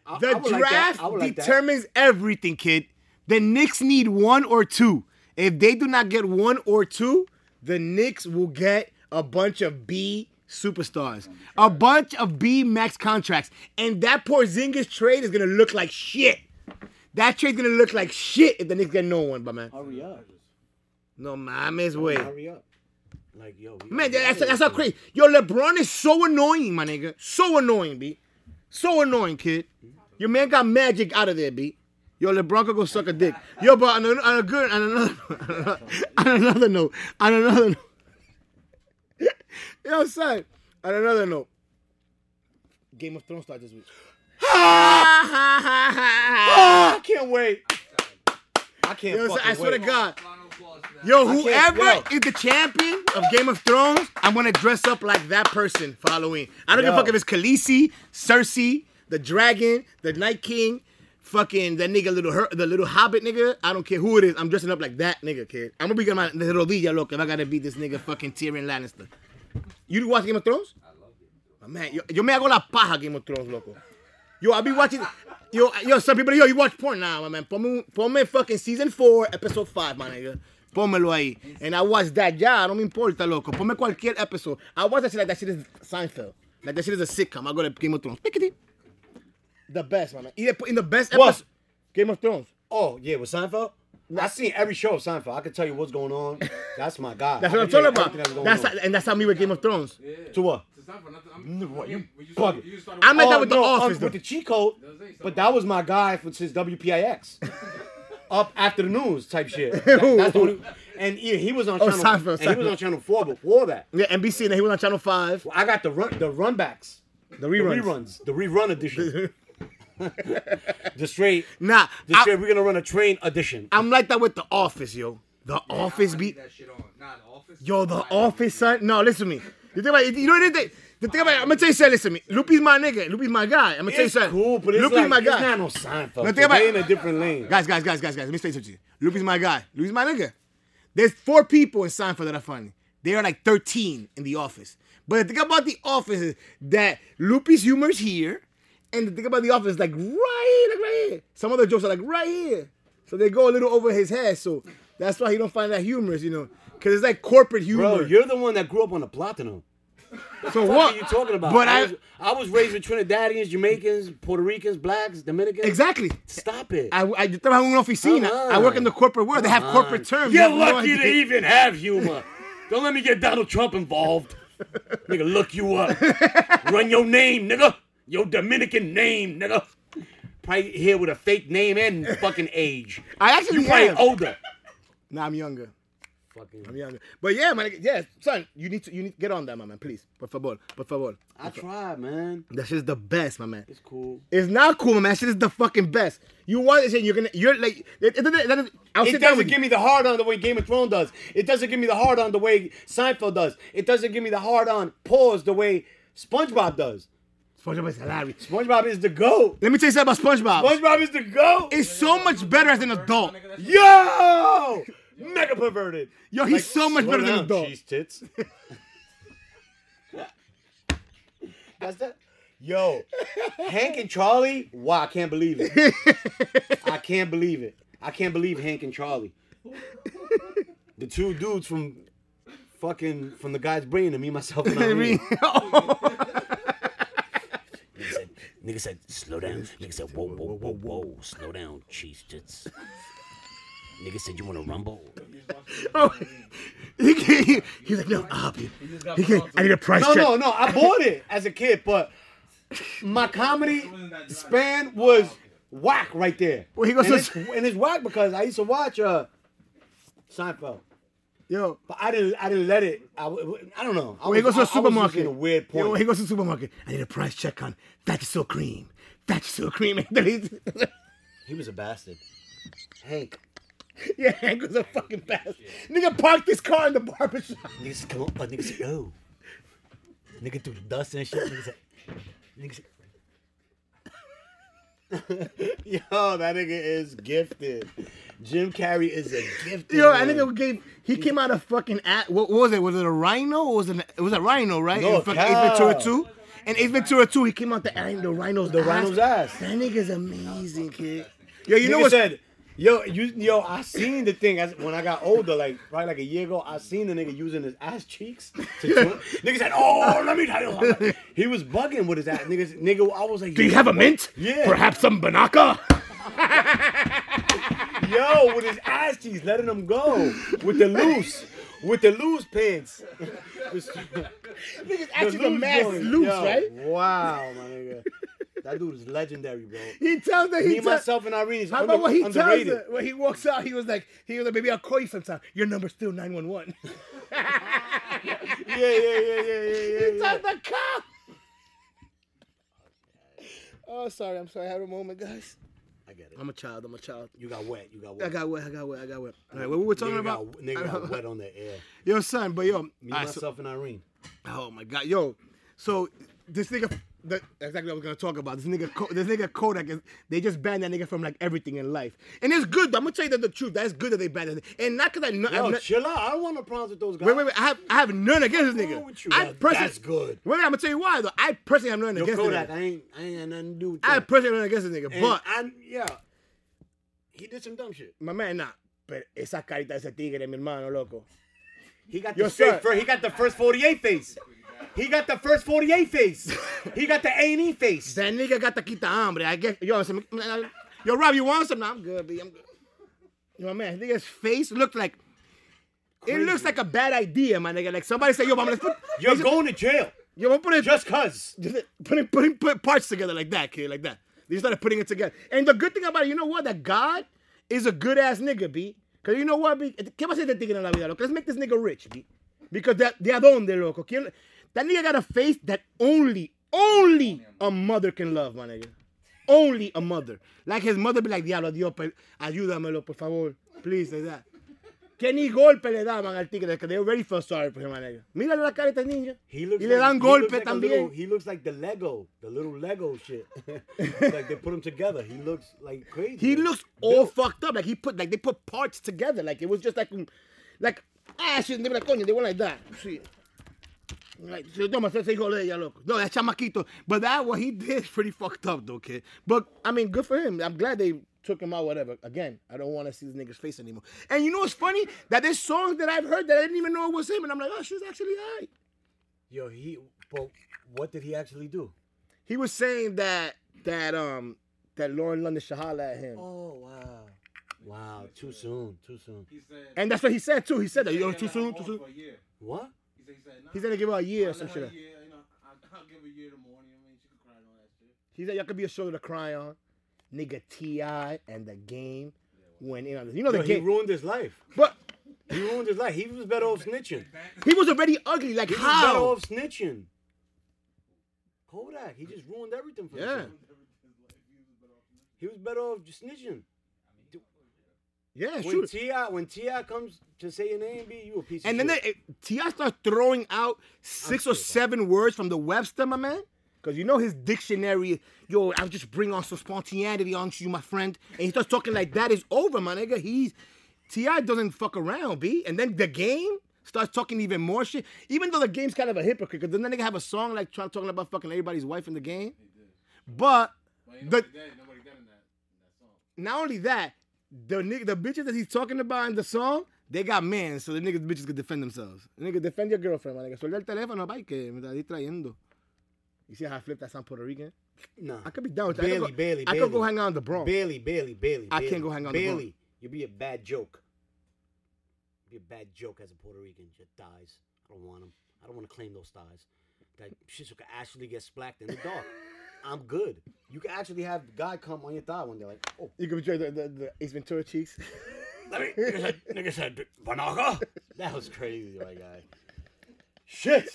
Speaker 1: I,
Speaker 2: The
Speaker 1: I would like that.
Speaker 2: draft
Speaker 1: I would like that.
Speaker 2: determines everything, kid. The Knicks need one or two. If they do not get one or two, the Knicks will get a bunch of B superstars, a bunch of B max contracts, and that Porzingis trade is gonna look like shit. That trade's gonna look like shit if the Knicks get no one, but man,
Speaker 1: Hurry up.
Speaker 2: no mames way.
Speaker 1: Hurry up. Like yo. we-
Speaker 2: Man, that- that's that's how crazy. Yo, LeBron is so annoying, my nigga. So annoying, b. So annoying, kid. Your man got magic out of there, b. Yo, LeBron could go suck a dick. Yo, but on a, on a good, on another, on another note, on another note. Yo, son, on another note. Game of Thrones starts this week.
Speaker 1: Ah, I can't wait. I can't.
Speaker 2: Yo, son,
Speaker 1: fucking
Speaker 2: I swear to
Speaker 1: wait.
Speaker 2: God.
Speaker 5: Final applause for that.
Speaker 2: Yo,
Speaker 1: I can't-
Speaker 2: whoever
Speaker 1: yo.
Speaker 2: is the champion of Game of Thrones, I'm gonna dress up like that person for Halloween. I don't give a
Speaker 1: Yo.
Speaker 2: fuck if it's Khaleesi, Cersei, the dragon, the Night King, fucking that nigga little her, the little Hobbit nigga. I don't care who it is. I'm dressing up like that nigga, kid. I'm gonna be my the rodilla look if I gotta beat this nigga fucking Tyrion Lannister. You watch Game of Thrones? I love Game of Thrones. Man, yo, yo me hago la paja Game of Thrones, loco. Yo, I be watching. Yo, yo, some people, yo, you watch porn now, my man. Ponme, ponme fucking season four, episode five, my nigga. Pónmelo ahí. And I watch that, ya, no me importa, loco. Ponme cualquier episode. I watch that shit like that shit is Seinfeld. Like that shit is a sitcom. I go to Game of Thrones. Pickety. The best, my man. Y después- In the best
Speaker 1: What?
Speaker 2: episode. Game of Thrones.
Speaker 1: Oh yeah, with Seinfeld. I seen every show of Seinfeld. I can tell you what's going on. That's my guy.
Speaker 2: That's
Speaker 1: I
Speaker 2: what I'm
Speaker 1: can
Speaker 2: talking
Speaker 1: tell you everything
Speaker 2: about. That's
Speaker 1: going
Speaker 2: how, and that's how me with Game of Thrones.
Speaker 1: on. to what?
Speaker 5: It's not for nothing. I'm,
Speaker 1: No, what,
Speaker 5: I'm-
Speaker 1: you
Speaker 5: when you started-
Speaker 1: bugging.
Speaker 5: you started-
Speaker 2: I'm at that
Speaker 1: Oh,
Speaker 2: with the
Speaker 1: no,
Speaker 2: office,
Speaker 1: um,
Speaker 2: though.
Speaker 1: with the cheat code,
Speaker 5: Those ain't
Speaker 1: but
Speaker 5: something.
Speaker 1: that was my guy for, since WPIX. Up after the news type shit. That- that's the only, and he, he was on
Speaker 2: Oh,
Speaker 1: channel.
Speaker 2: Seinfeld,
Speaker 1: and he was
Speaker 2: Seinfeld.
Speaker 1: on channel four before that.
Speaker 2: Yeah, NBC, and he was on Channel 5.
Speaker 1: I got the run, the runbacks,
Speaker 2: The
Speaker 1: the
Speaker 2: reruns.
Speaker 1: reruns, the rerun edition, the straight,
Speaker 2: Nah,
Speaker 1: the
Speaker 2: I,
Speaker 1: straight. We're gonna run a train edition.
Speaker 2: I'm like that with The Office, yo. The
Speaker 5: I- I
Speaker 2: Office
Speaker 5: need
Speaker 2: beat.
Speaker 5: that shit on. Nah, the office.
Speaker 2: Yo,
Speaker 5: I
Speaker 2: the
Speaker 5: need
Speaker 2: office,
Speaker 5: that.
Speaker 2: son. No, listen to me. You think about it, you know what it is? The thing about it, I'm gonna tell you something. Listen to me. Loopy's my nigga. Loopy's my guy. I'm gonna tell you
Speaker 1: It's
Speaker 2: something.
Speaker 1: cool, but it's
Speaker 2: Loopy's
Speaker 1: like,
Speaker 2: my
Speaker 1: it's
Speaker 2: guy.
Speaker 1: not no Seinfeld.
Speaker 2: No, think about
Speaker 1: They
Speaker 2: it.
Speaker 1: in a different lane.
Speaker 2: Guys, guys, guys, guys, guys. Let me say something. to you. Loopy's my guy. Loopy's my nigga. There's four people in Seinfeld that are funny. They are like 13 in the office. But the thing about the office is that Loopy's humor is here, and the thing about the office is like right here, like right here. Some of the jokes are like right here, so they go a little over his head. So that's why he don't find that humorous, you know, because it's like corporate humor.
Speaker 1: Bro, you're the one that grew up on the platinum.
Speaker 2: so
Speaker 1: What
Speaker 2: what
Speaker 1: are you talking about?
Speaker 2: But I-
Speaker 1: was, I was raised with Trinidadians, Jamaicans, Puerto Ricans, blacks, Dominicans.
Speaker 2: Exactly.
Speaker 1: Stop it.
Speaker 2: I, I yo trabajo en una oficina.
Speaker 1: Come
Speaker 2: I work in
Speaker 1: on.
Speaker 2: the corporate world. They have
Speaker 1: Come
Speaker 2: corporate
Speaker 1: on.
Speaker 2: terms.
Speaker 1: You're
Speaker 2: You have no
Speaker 1: lucky to
Speaker 2: idea.
Speaker 1: even have humor. Don't let me get Donald Trump involved. nigga, look you up. Run your name, nigga. Your Dominican name, nigga. Probably here with a fake name and fucking age.
Speaker 2: I actually
Speaker 1: You probably
Speaker 2: am.
Speaker 1: older.
Speaker 2: Nah, I'm younger. I'm
Speaker 1: Fucking.
Speaker 2: younger. But yeah, man. Yeah, son, you need to you need to get on that, my man. Please, por favor, por favor.
Speaker 1: I tried, man.
Speaker 2: That shit's the best, my man.
Speaker 1: It's cool.
Speaker 2: It's not cool, my man. That shit is the fucking best. You want this, and you're gonna you're like it, it, it- it- I'll
Speaker 1: It
Speaker 2: sit down
Speaker 1: doesn't
Speaker 2: with
Speaker 1: give
Speaker 2: you.
Speaker 1: me the hard on the way Game of Thrones does. It doesn't give me the hard on the way Seinfeld does. It doesn't give me the hard on pause the way SpongeBob does.
Speaker 2: SpongeBob is hilarious.
Speaker 1: SpongeBob is the goat.
Speaker 2: Let me tell you something about SpongeBob.
Speaker 1: SpongeBob is the goat.
Speaker 2: it's so much better as an adult.
Speaker 5: Nigga, that shit-
Speaker 1: Yo, mega perverted.
Speaker 2: Yo, he's so much
Speaker 1: slow
Speaker 2: better than
Speaker 1: down,
Speaker 2: an adult.
Speaker 1: Cheese tits. That's that. Yo, Hank and Charlie. Wow, I can't believe it. I can't believe it. I can't believe Hank and Charlie. The two dudes from fucking from the guy's brain and me myself and
Speaker 2: I
Speaker 1: I.
Speaker 2: mean, oh.
Speaker 1: Nigga said, nigga said, slow down. Nigga said, whoa, whoa, whoa, whoa, slow down, cheese tits. Nigga said, you want to rumble?
Speaker 2: he, can't- he- he's like, no, I'll be.
Speaker 5: just got
Speaker 2: He can't, I need a price
Speaker 1: No,
Speaker 2: check.
Speaker 1: no, no. I bought it as a kid, but my comedy span was whack right there.
Speaker 2: Well, he goes
Speaker 1: and,
Speaker 2: to-
Speaker 1: it's, and it's whack because I used to watch uh, Seinfeld,
Speaker 2: Yo,
Speaker 1: but I didn't. I didn't let it. I, w- I don't know. I
Speaker 2: When he goes
Speaker 1: was-
Speaker 2: to a
Speaker 1: I- I was just
Speaker 2: supermarket.
Speaker 1: in a weird
Speaker 2: You know,
Speaker 1: point.
Speaker 2: when he goes to the supermarket. I need a price check on Vagisil cream. Vagisil cream. Then he's-
Speaker 1: he was a bastard. Hank,
Speaker 2: yeah, Hank was a fucking bastard. Nigga parked his car in the barbershop.
Speaker 1: niggas come up, but niggas say, oh.
Speaker 6: Nigga threw the dust and shit. Nigga said, nigga said,
Speaker 1: Yo, that nigga is gifted. Jim Carrey is a gifted.
Speaker 2: Yo, I
Speaker 1: man.
Speaker 2: think it gave. He came out of fucking. At, what, what was it? Was it a rhino? Or was it? An, it was a rhino, right?
Speaker 1: No,
Speaker 2: In fucking
Speaker 1: cow.
Speaker 2: Ace Ventura Two. And Ace Ventura Two, he came out the the rhino's the
Speaker 1: rhino's ass.
Speaker 2: That nigga's amazing, kid. Yo, you
Speaker 1: Nigga
Speaker 2: know what?
Speaker 1: said, yo, you, yo, I seen the thing as, when I got older, like probably like a year ago. I seen the nigga using his ass cheeks. To twin. nigga said, "Oh, let me tell you," I'm like- he was bugging with his ass. Niggas, nigga, I was like,
Speaker 2: Do you have a mint?
Speaker 1: Yeah.
Speaker 2: Perhaps some banaka.
Speaker 1: yo with his ass cheeks, letting him go with the loose, with the loose pants."
Speaker 2: Niggas
Speaker 1: The
Speaker 2: actually the mask
Speaker 1: joint.
Speaker 2: loose,
Speaker 1: Yo,
Speaker 2: right?
Speaker 1: Wow, my nigga, that dude is legendary, bro.
Speaker 2: He tells that
Speaker 1: Me,
Speaker 2: he tells.
Speaker 1: myself, and Irene is
Speaker 2: How
Speaker 1: under,
Speaker 2: about what he
Speaker 1: underrated.
Speaker 2: tells her when he walks out? He was like, he was like, baby, I'll call you sometime. Your number's still nine one one.
Speaker 1: Yeah, yeah, yeah, yeah, yeah, yeah.
Speaker 2: He tells the cop. Oh, sorry, I'm sorry. I had a moment, guys.
Speaker 1: I get it.
Speaker 2: I'm a child. I'm a child.
Speaker 1: You got wet. You got wet.
Speaker 2: I got wet. I got wet. I got wet. All right, what we were talking
Speaker 1: nigga
Speaker 2: about?
Speaker 1: Got, nigga got wet on the air.
Speaker 2: Yo, son, but yo,
Speaker 1: Me,
Speaker 2: alright, so-
Speaker 1: myself, and Irene.
Speaker 2: oh my god, yo, so this nigga, that, exactly what I was gonna talk about. This nigga, Ko- this nigga Kodak, is, they just banned that nigga from like everything in life, and it's good. I'm gonna tell you that the truth. That's good that they banned it, and not because I know.
Speaker 1: Yo,
Speaker 2: I'm not,
Speaker 1: chill out. I don't want no problems with those guys.
Speaker 2: wait, wait, wait. I have, I have none against this
Speaker 1: What's
Speaker 2: nigga.
Speaker 1: wrong with you?
Speaker 2: I
Speaker 1: That-
Speaker 2: personally-
Speaker 1: that's good.
Speaker 2: Wait, I'm gonna tell you why though. I personally have none
Speaker 1: Yo,
Speaker 2: against
Speaker 1: Kodak,
Speaker 2: this nigga.
Speaker 1: I ain't, I ain't had nothing to do with
Speaker 2: I,
Speaker 1: that.
Speaker 2: personally have nothing against this nigga,
Speaker 1: And
Speaker 2: but
Speaker 1: I, yeah, he did some dumb shit.
Speaker 2: my man, nah. But esa carita de ese tigre, mi hermano, loco.
Speaker 1: He got
Speaker 2: Yo,
Speaker 1: the straight
Speaker 2: sir.
Speaker 1: fir- He got the first 48 face. He got the first 48 face. he got the A&E face.
Speaker 2: That nigga got the quita hambre. I get yo, some, yo, Rob, you want some? Nah, I'm good, B. I'm good. You know, man, nigga's face looked like it looks like a bad idea, my nigga. Like somebody said, yo, mama, let's put
Speaker 1: You're going to jail
Speaker 2: yo, we'll put it
Speaker 1: just cause.
Speaker 2: just putting putting put parts together like that, kid, like that. They started putting it together. And the good thing about it, you know what? That God is a good ass nigga, B. Cause you know what, B? ¿Qué va a ser este tigre en la vida, loco? Let's make this nigga rich, B. Because de, de adonde, loco. ¿Quién- That nigga got a face that only, only a mother can love, my nigga. Only a mother. Like his mother be like, diablo, Dios, pe- ayúdamelo, por favor. Please, like that. Que ni golpe le daban al tigre, que they already felt sorry for him, my nigga. Mírale la cara a este niño.
Speaker 1: He looks
Speaker 2: y le dan
Speaker 1: he
Speaker 2: golpe
Speaker 1: looks like a
Speaker 2: también.
Speaker 1: little- he looks like the Lego, the little Lego shit. like they put him together. He looks like crazy.
Speaker 2: He looks all fucked up. Like he put like they put parts together. Like it was just like mm, like ah, ashes. And they were like, coño, they were like that. Sí. Like, se toma, se hijo de ella, loco. No, that chamaquito. But that what he did is pretty fucked up though, kid. But I mean, good for him. I'm glad they took him out, whatever. Again, I don't want to see this nigga's face anymore. And you know what's funny? That there's songs that I've heard that I didn't even know it was him, and I'm like, oh, she's actually alright.
Speaker 1: Yo, he. But what did he actually do?
Speaker 2: He was saying that that um that Lauren London should holler at him.
Speaker 1: Oh wow. Wow, too soon, too soon.
Speaker 5: He said.
Speaker 2: And that's what he said too. He said that,
Speaker 5: he
Speaker 2: yo,
Speaker 5: said,
Speaker 2: too
Speaker 5: "Yeah,
Speaker 2: soon,
Speaker 5: I'm
Speaker 2: too
Speaker 5: off
Speaker 2: soon.
Speaker 5: for a year."
Speaker 1: What?
Speaker 5: He said, he said, nah,
Speaker 2: He's gonna give her a year or
Speaker 5: I'll
Speaker 2: some
Speaker 5: let
Speaker 2: shit.
Speaker 5: her
Speaker 2: like-
Speaker 5: a year, you know, I- I'll give her a year tomorrow, you know what I mean? She can cry and all that shit.
Speaker 2: He said y'all could be a shoulder to cry on. Nigga T.I. and the game went in on this. You know the
Speaker 1: Yo, he
Speaker 2: game.
Speaker 1: ruined his life.
Speaker 2: but
Speaker 1: He ruined his life. He was better off snitching.
Speaker 2: he was already ugly. Like
Speaker 1: He was better
Speaker 2: how?
Speaker 1: off snitching. Kodak, he just ruined everything for
Speaker 2: Yeah.
Speaker 1: himself. He was better off just snitching.
Speaker 2: Yeah,
Speaker 1: When
Speaker 2: shoot.
Speaker 1: Ti, when Ti comes to say your name, B, you a piece of
Speaker 2: and then
Speaker 1: shit.
Speaker 2: they- T.I. starts throwing out six
Speaker 1: sure
Speaker 2: or
Speaker 1: about
Speaker 2: seven words from the Webster, my man. Cause you know his dictionary, yo, I'll just bring on some spontaneity on you, my friend. And he starts talking like that is over, my nigga. He's T.I. doesn't fuck around, B. And then the game starts talking even more shit. Even though the game's kind of a hypocrite, because then that nigga have a song like trying talking about fucking everybody's wife in the game. But
Speaker 5: But ain't
Speaker 2: The-
Speaker 5: nobody dead, nobody dead in that, in that song.
Speaker 2: not only that, the nigga, the bitches that he's talking about in the song, they got men, so the niggas bitches could defend themselves. Nigga, defend your girlfriend, my nigga. Suelta el teléfono, bye, que me está distrayendo. You see how I flipped that sound Puerto Rican?
Speaker 1: nah.
Speaker 2: I could be down with that. I
Speaker 1: Bailey,
Speaker 2: could go,
Speaker 1: Bailey,
Speaker 2: I
Speaker 1: Bailey.
Speaker 2: could go hang out in the Bronx.
Speaker 1: Bailey, Bailey, Bailey.
Speaker 2: I
Speaker 1: Bailey.
Speaker 2: can't go hang out in the
Speaker 1: Bailey, you be a bad joke. You be a bad joke as a Puerto Rican. Your thighs. I don't want them. I don't want to claim those thighs. That shit could actually get splacked in the dark. I'm good. You can actually have God come on your thigh one day, like, oh,
Speaker 2: You could enjoy the, the, the Ace Ventura cheeks.
Speaker 1: let me. Nigga said, nigga said Banaka. That was crazy, my guy. Shit.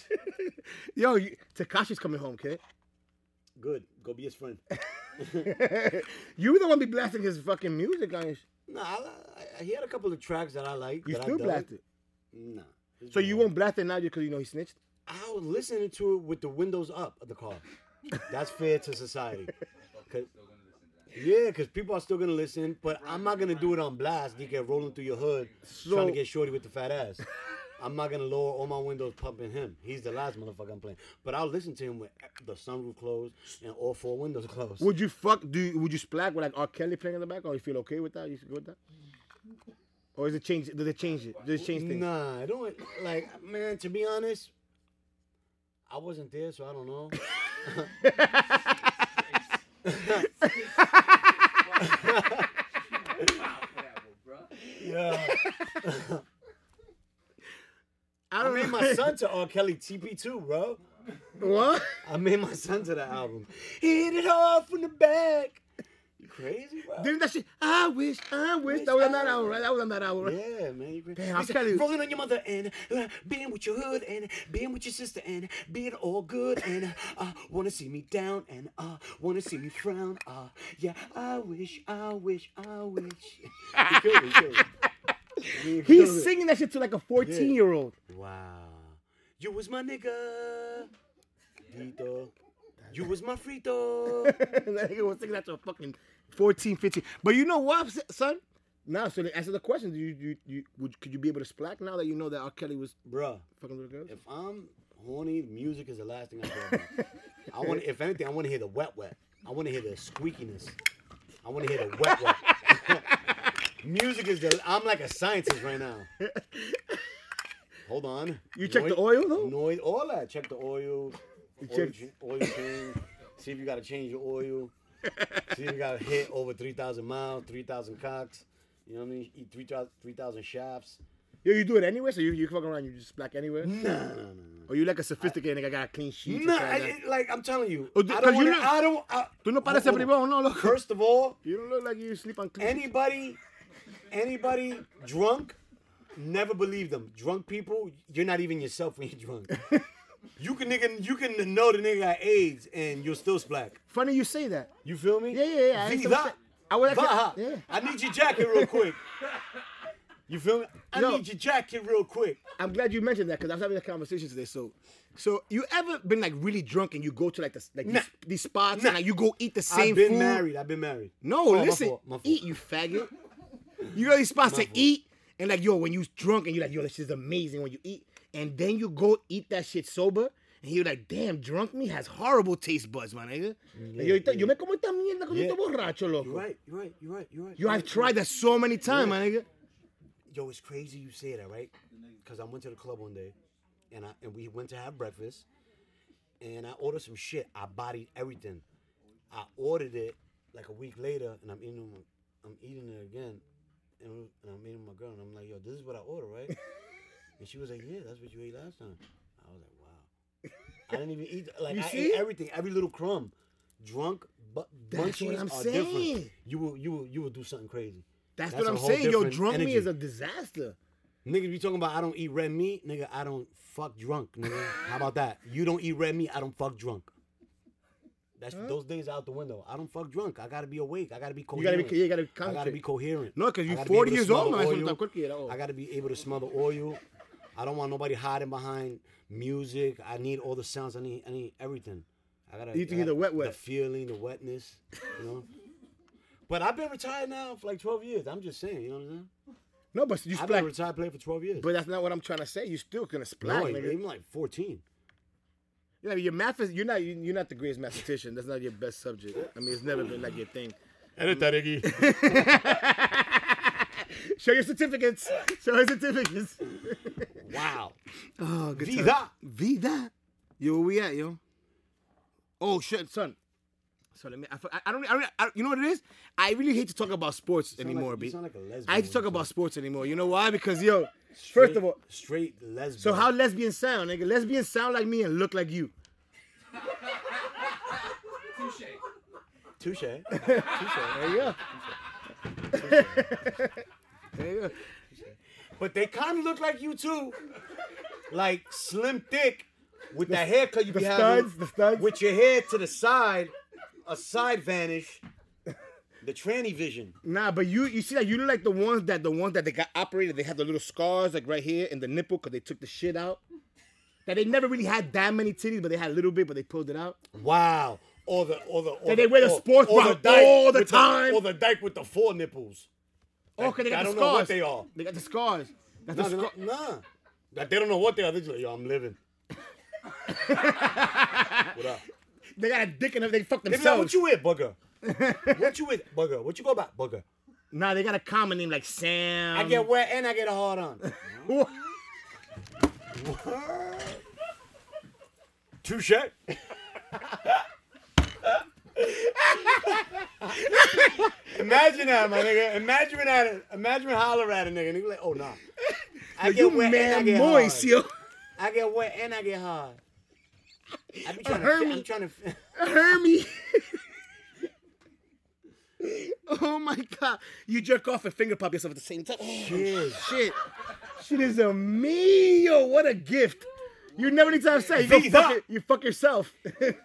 Speaker 2: Yo, you, Takashi's coming home, kid.
Speaker 1: Good. Go be his friend.
Speaker 2: you the one be blasting his fucking music on his.
Speaker 1: Nah, I, I, he had a couple of tracks that I like.
Speaker 2: You
Speaker 1: that I
Speaker 2: still
Speaker 1: dug.
Speaker 2: blast it.
Speaker 1: Nah.
Speaker 2: So you won't blast it now because you know he snitched?
Speaker 1: I was listening to it with the windows up of the car. That's fair to society. 'Cause- yeah, because people are still gonna listen, but I'm not gonna do it on blast. You get rolling through your hood trying to get shorty with the fat ass. I'm not gonna lower all my windows pumping him. He's the last motherfucker I'm playing. But I'll listen to him with the sunroof closed and all four windows closed.
Speaker 2: Would you fuck? Do you, would you splat with like R. Kelly playing in the back, or you feel okay with that? You good with that? Or is it change? Does it change it? Does it change things?
Speaker 1: Nah, I don't like man, to be honest, I wasn't there, so I don't know. Yeah.
Speaker 2: I
Speaker 1: I
Speaker 2: don't
Speaker 1: made
Speaker 2: know.
Speaker 1: my son to R. Kelly TP2, bro.
Speaker 2: what?
Speaker 1: I made my son to that album. Hit it hard from the back. You crazy, bro?
Speaker 2: Didn't that shit? I wish, I wish that was on that album, right? That was on that album, right?
Speaker 1: Yeah, man. You crazy.
Speaker 2: Damn, I
Speaker 1: He said,
Speaker 2: tell you-
Speaker 1: Rolling on your mother and uh, being with your hood and being with your sister and being all good and uh, wanna see me down and uh, wanna see me frown. Uh, yeah, I wish, I wish, I wish. he killed it, he killed it. He killed
Speaker 2: He's
Speaker 1: it.
Speaker 2: singing that shit to like a 14 year old.
Speaker 1: Wow. You was my nigga. Dito. You was my frito.
Speaker 2: that nigga was singing that to a fucking 14, 15. But you know what, son? Now, so to answer the question, do you, do you, you would, could you be able to splat now that you know that R. Kelly was
Speaker 1: Bruh,
Speaker 2: fucking little girls?
Speaker 1: if I'm horny, music is the last thing I care about. I want, if anything, I want to hear the wet wet. I want to hear the squeakiness. I want to hear the wet wet. music is the. I'm like a scientist right now. Hold on.
Speaker 2: You check the oil, though?
Speaker 1: Noise, all that. Check the oil. Oil,
Speaker 2: check-
Speaker 1: ch- oil change. See if you got to change your oil. See if you got to hit over three thousand miles, three thousand cocks. You know what I mean? Eat 3,000 3,000 shafts.
Speaker 2: Yo, you do it anyway, so you, you fuck around, you just splat anywhere?
Speaker 1: Nah, nah, nah, nah.
Speaker 2: Or you like a sophisticated nigga, got a clean sheet?
Speaker 1: No, I, I- like I'm telling you,
Speaker 2: Oh, d-
Speaker 1: I
Speaker 2: 'cause
Speaker 1: don't.
Speaker 2: you
Speaker 1: Wanna,
Speaker 2: look-
Speaker 1: I don't. I,
Speaker 2: Tú no
Speaker 1: hold-
Speaker 2: pareces
Speaker 1: hold on.
Speaker 2: bribón, no, loco.
Speaker 1: First of all,
Speaker 2: You don't look like you sleep on clean.
Speaker 1: anybody, anybody drunk, never believe them. Drunk people, you're not even yourself when you're drunk. you can nigga, you can know the nigga got AIDS and you're still black.
Speaker 2: Funny you say that.
Speaker 1: You feel me?
Speaker 2: Yeah, yeah, yeah. I ain't
Speaker 1: Viva.
Speaker 2: some- I would
Speaker 1: Baja.
Speaker 2: actually, yeah.
Speaker 1: I need your jacket real quick. You feel me? I
Speaker 2: Yo.
Speaker 1: need your jacket real quick.
Speaker 2: I'm glad you mentioned that because I was having a conversation today. So, so you ever been like really drunk and you go to like the, like
Speaker 1: Nah.
Speaker 2: these, these spots
Speaker 1: Nah.
Speaker 2: and like you go eat the same
Speaker 1: I've been
Speaker 2: food?
Speaker 1: married. I've been married.
Speaker 2: No,
Speaker 1: Oh, my
Speaker 2: listen,
Speaker 1: fault, my fault.
Speaker 2: eat you faggot. You go to these spots
Speaker 1: My
Speaker 2: to
Speaker 1: fault.
Speaker 2: eat and like yo, when you drunk and you're like yo, this is amazing when you eat, and then you go eat that shit sober. And you're like, damn, drunk me has horrible taste buds, my nigga. And yo, ahorita- yo me como esta mierda cuando
Speaker 1: Yeah.
Speaker 2: estoy borracho, loco.
Speaker 1: You're right. You're right. You're right. You're right.
Speaker 2: Yo,
Speaker 1: you're
Speaker 2: I've
Speaker 1: right, you're right.
Speaker 2: tried that so many times, my nigga.
Speaker 1: yo, it's crazy you say that, right? Because I went to the club one day, and I and we went to have breakfast, and I ordered some shit. I bodied everything. I ordered it like a week later, and I'm eating, it with- I'm eating it again, and, we- and I'm eating with my girl, and I'm like, yo, this is what I ordered, right? and she was like, yeah, that's what you ate last time. I was like, wow. I didn't even eat like
Speaker 2: You
Speaker 1: I
Speaker 2: see?
Speaker 1: ate everything, every little crumb. Drunk, but
Speaker 2: That's what
Speaker 1: munchies
Speaker 2: I'm
Speaker 1: are
Speaker 2: saying.
Speaker 1: different. You will, you will, you will do something crazy.
Speaker 2: That's,
Speaker 1: That's
Speaker 2: what
Speaker 1: a
Speaker 2: I'm
Speaker 1: whole
Speaker 2: saying. Yo,
Speaker 1: different
Speaker 2: drunk me
Speaker 1: energy.
Speaker 2: is a disaster.
Speaker 1: Niggas be talking about I don't eat red meat, nigga. I don't fuck drunk, nigga. How about that? You don't eat red meat, I don't fuck drunk. That's those days out the window. I don't fuck drunk. I gotta be awake. I gotta be
Speaker 2: You gotta
Speaker 1: coherent.
Speaker 2: be, you gotta
Speaker 1: I gotta
Speaker 2: concentrate.
Speaker 1: be coherent.
Speaker 2: No, 'cause
Speaker 1: I
Speaker 2: you
Speaker 1: gotta be able
Speaker 2: 40
Speaker 1: to
Speaker 2: years old,
Speaker 1: smother
Speaker 2: man.
Speaker 1: oil.
Speaker 2: Eso está cualquiera, oh.
Speaker 1: I gotta be able to smell the oil. I don't want nobody hiding behind music. I need all the sounds. I need I need everything. I gotta
Speaker 2: You need to
Speaker 1: I
Speaker 2: hear
Speaker 1: gotta-
Speaker 2: the wet,
Speaker 1: the
Speaker 2: wet.
Speaker 1: feeling, the wetness, you know. but I've been retired now for like twelve years. I'm just saying, you know what I'm saying?
Speaker 2: no, but you
Speaker 1: I've been
Speaker 2: splat.
Speaker 1: a retired player for twelve years.
Speaker 2: But that's not what I'm trying to say. You still gonna splat,
Speaker 1: no,
Speaker 2: nigga.
Speaker 1: even like fourteen.
Speaker 2: You know, your math is you're not you- you're not the greatest mathematician. That's not your best subject. I mean, it's never been like your thing. Show your certificates. Show your certificates.
Speaker 1: Wow.
Speaker 2: Oh, good time.
Speaker 1: Vida.
Speaker 2: Vida. Yo, where we at, yo? Oh shit, son. So let me. I, I- I don't. I, don't- I, you know what it is? I really hate to talk about sports anymore,
Speaker 1: like,
Speaker 2: B.
Speaker 1: you sound like a lesbian
Speaker 2: I hate to
Speaker 1: when
Speaker 2: talk
Speaker 1: you
Speaker 2: about sports anymore. You know why? Because yo, first of all,
Speaker 1: straight lesbian.
Speaker 2: So how lesbians sound, nigga? Lesbians sound like me and look like you.
Speaker 1: Touche.
Speaker 2: There you go. there you go.
Speaker 1: but they kind of look like you too, like slim thick, with that haircut you
Speaker 2: the
Speaker 1: be
Speaker 2: studs,
Speaker 1: having,
Speaker 2: the studs.
Speaker 1: with your hair to the side, a side vanish, the tranny vision.
Speaker 2: Nah, but you you see that you look like the ones that the ones that they got operated. They had the little scars like right here in the nipple because they took the shit out. that they never really had that many titties, but they had a little bit, but they pulled it out.
Speaker 1: Wow. Or the or the or
Speaker 2: Did they wear the sports bra all the
Speaker 1: with
Speaker 2: time?
Speaker 1: or the dyke with the four nipples.
Speaker 2: Oh, 'cause they got
Speaker 1: I
Speaker 2: the
Speaker 1: don't know what
Speaker 2: scars.
Speaker 1: they are.
Speaker 2: They got the scars. That's
Speaker 1: Nah,
Speaker 2: the
Speaker 1: they're
Speaker 2: scar-
Speaker 1: not- nah. Like, they don't know what they are. They're just like, yo, I'm living. what up?
Speaker 2: They got a dick in them. They fuck
Speaker 1: They be like, what
Speaker 2: themselves.
Speaker 1: you with, bugger? what you with, bugger? What you go about, bugger?
Speaker 2: nah, they got a common name like Sam.
Speaker 1: I get wet and I get a hard on. Touche. imagine that, my nigga. Imagine that. Imagine holler at a nigga. Nigga like, oh nah. I
Speaker 2: you
Speaker 1: wet and I
Speaker 2: man
Speaker 1: get
Speaker 2: moist,
Speaker 1: hard.
Speaker 2: yo.
Speaker 1: I get wet and I get hard. I be trying to.
Speaker 2: heard
Speaker 1: fi- I'm
Speaker 2: me.
Speaker 1: trying to. fi-
Speaker 2: Hermie. oh my god. You jerk off and finger pop yourself at the same time. Oh, shit. Shit. Shit is a me. Yo, what a gift. You never need to have sex. You go
Speaker 1: These
Speaker 2: fuck
Speaker 1: up.
Speaker 2: it. You fuck yourself. nigga,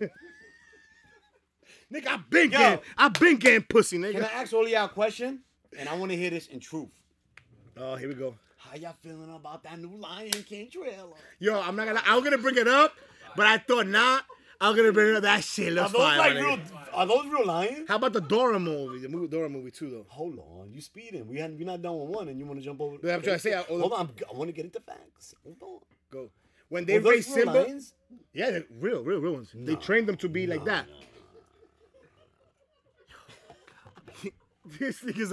Speaker 2: I've been
Speaker 1: Yo.
Speaker 2: getting I've been getting pussy,
Speaker 1: Can I
Speaker 2: nigga.
Speaker 1: ask all of y'all a question? And I want to hear this in truth.
Speaker 2: Oh, here we go.
Speaker 1: How y'all feeling about that new Lion King trailer?
Speaker 2: Yo, I'm not gonna I'm gonna bring it up, but I thought not. I'm gonna bring it up. That shit
Speaker 1: Are
Speaker 2: looks
Speaker 1: those
Speaker 2: fire.
Speaker 1: like
Speaker 2: my
Speaker 1: real?
Speaker 2: nigga.
Speaker 1: Are those real lions?
Speaker 2: How about the Dora movie? The movie Dora movie too though.
Speaker 1: Hold on, you speeding. We had, we're not done with one, and you want to jump over.
Speaker 2: But I'm trying to say, uh, I-
Speaker 1: hold on. I'm, I want to get into facts. Hold on.
Speaker 2: Go. When they
Speaker 1: Were those
Speaker 2: raised
Speaker 1: real
Speaker 2: Simba,
Speaker 1: lions?
Speaker 2: Yeah, they're real, real, real ones. They trained them to be like that. this thing is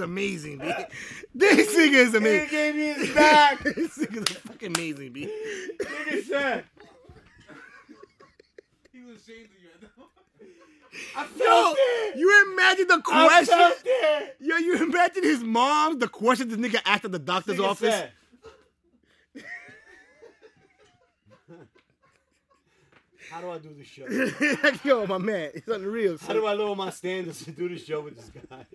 Speaker 2: amazing, B. This thing is
Speaker 1: He
Speaker 2: amazing.
Speaker 1: gave me his back.
Speaker 2: this thing is fucking amazing, B.
Speaker 1: Nigga said,
Speaker 5: He was ashamed of you. at that moment.
Speaker 1: I felt
Speaker 2: Yo,
Speaker 1: it.
Speaker 2: you imagine the
Speaker 1: I
Speaker 2: question.
Speaker 1: felt it.
Speaker 2: Yo, you imagine his mom, the question this nigga asked at the doctor's
Speaker 1: Nigga
Speaker 2: office.
Speaker 1: said, How do I do this show?
Speaker 2: Like, Yo, my man, it's unreal.
Speaker 1: How do I lower my standards to do this show with this guy?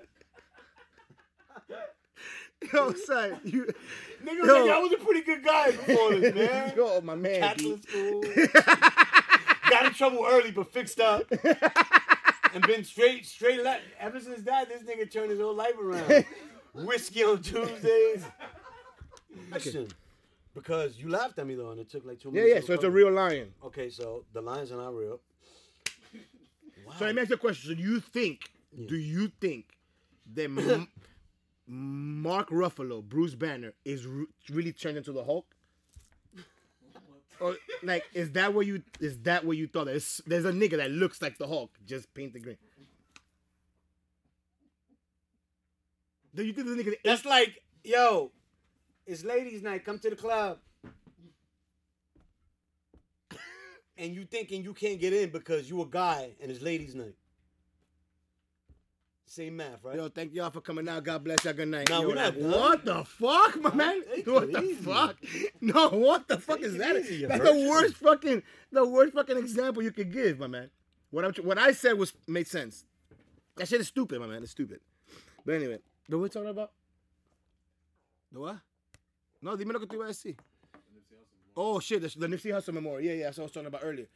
Speaker 2: Yo, son, you.
Speaker 1: Nigga,
Speaker 2: Yo.
Speaker 1: nigga, I was a pretty good guy before this, man.
Speaker 2: Yo, my man. B.
Speaker 1: Catholic school. Got in trouble early, but fixed up. and been straight, straight left. Ever since that, this nigga turned his whole life around. Whiskey on Tuesdays. Question. Because you laughed at me though, and it took like two
Speaker 2: Yeah,
Speaker 1: minutes.
Speaker 2: yeah.
Speaker 1: to
Speaker 2: So it's a
Speaker 1: recover.
Speaker 2: real lion.
Speaker 1: Okay, so the lines are not real. Wow.
Speaker 2: So let me ask you a question. So do you think, do you think that M- Mark Ruffalo, Bruce Banner, is re- really turned into the Hulk? Or like, is that what you is that what you thought? There's, there's a nigga that looks like the Hulk, just painted green. Do you think the nigga?
Speaker 1: That's like, yo, it's ladies' night. Come to the club. And you thinking you can't get in because you a guy and it's ladies' night. Same math, right?
Speaker 2: Yo, thank y'all for coming out. God bless y'all. Good night.
Speaker 1: Nah,
Speaker 2: Yo,
Speaker 1: we're not
Speaker 2: like,
Speaker 1: done.
Speaker 2: what the fuck, my man?
Speaker 1: take
Speaker 2: What
Speaker 1: it
Speaker 2: the
Speaker 1: easy.
Speaker 2: fuck? No, what the fuck is
Speaker 1: it
Speaker 2: that?
Speaker 1: easy, you
Speaker 2: That's
Speaker 1: virgin.
Speaker 2: the worst fucking, the worst fucking example you could give, my man. What I'm, tr- what I said was made sense. That shit is stupid, my man. It's stupid. But anyway, but we're talking about the what? No, dime lo que te iba a decir. Oh shit, the, the Nipsey Hussle memorial. Yeah, yeah, that's what I was talking about earlier.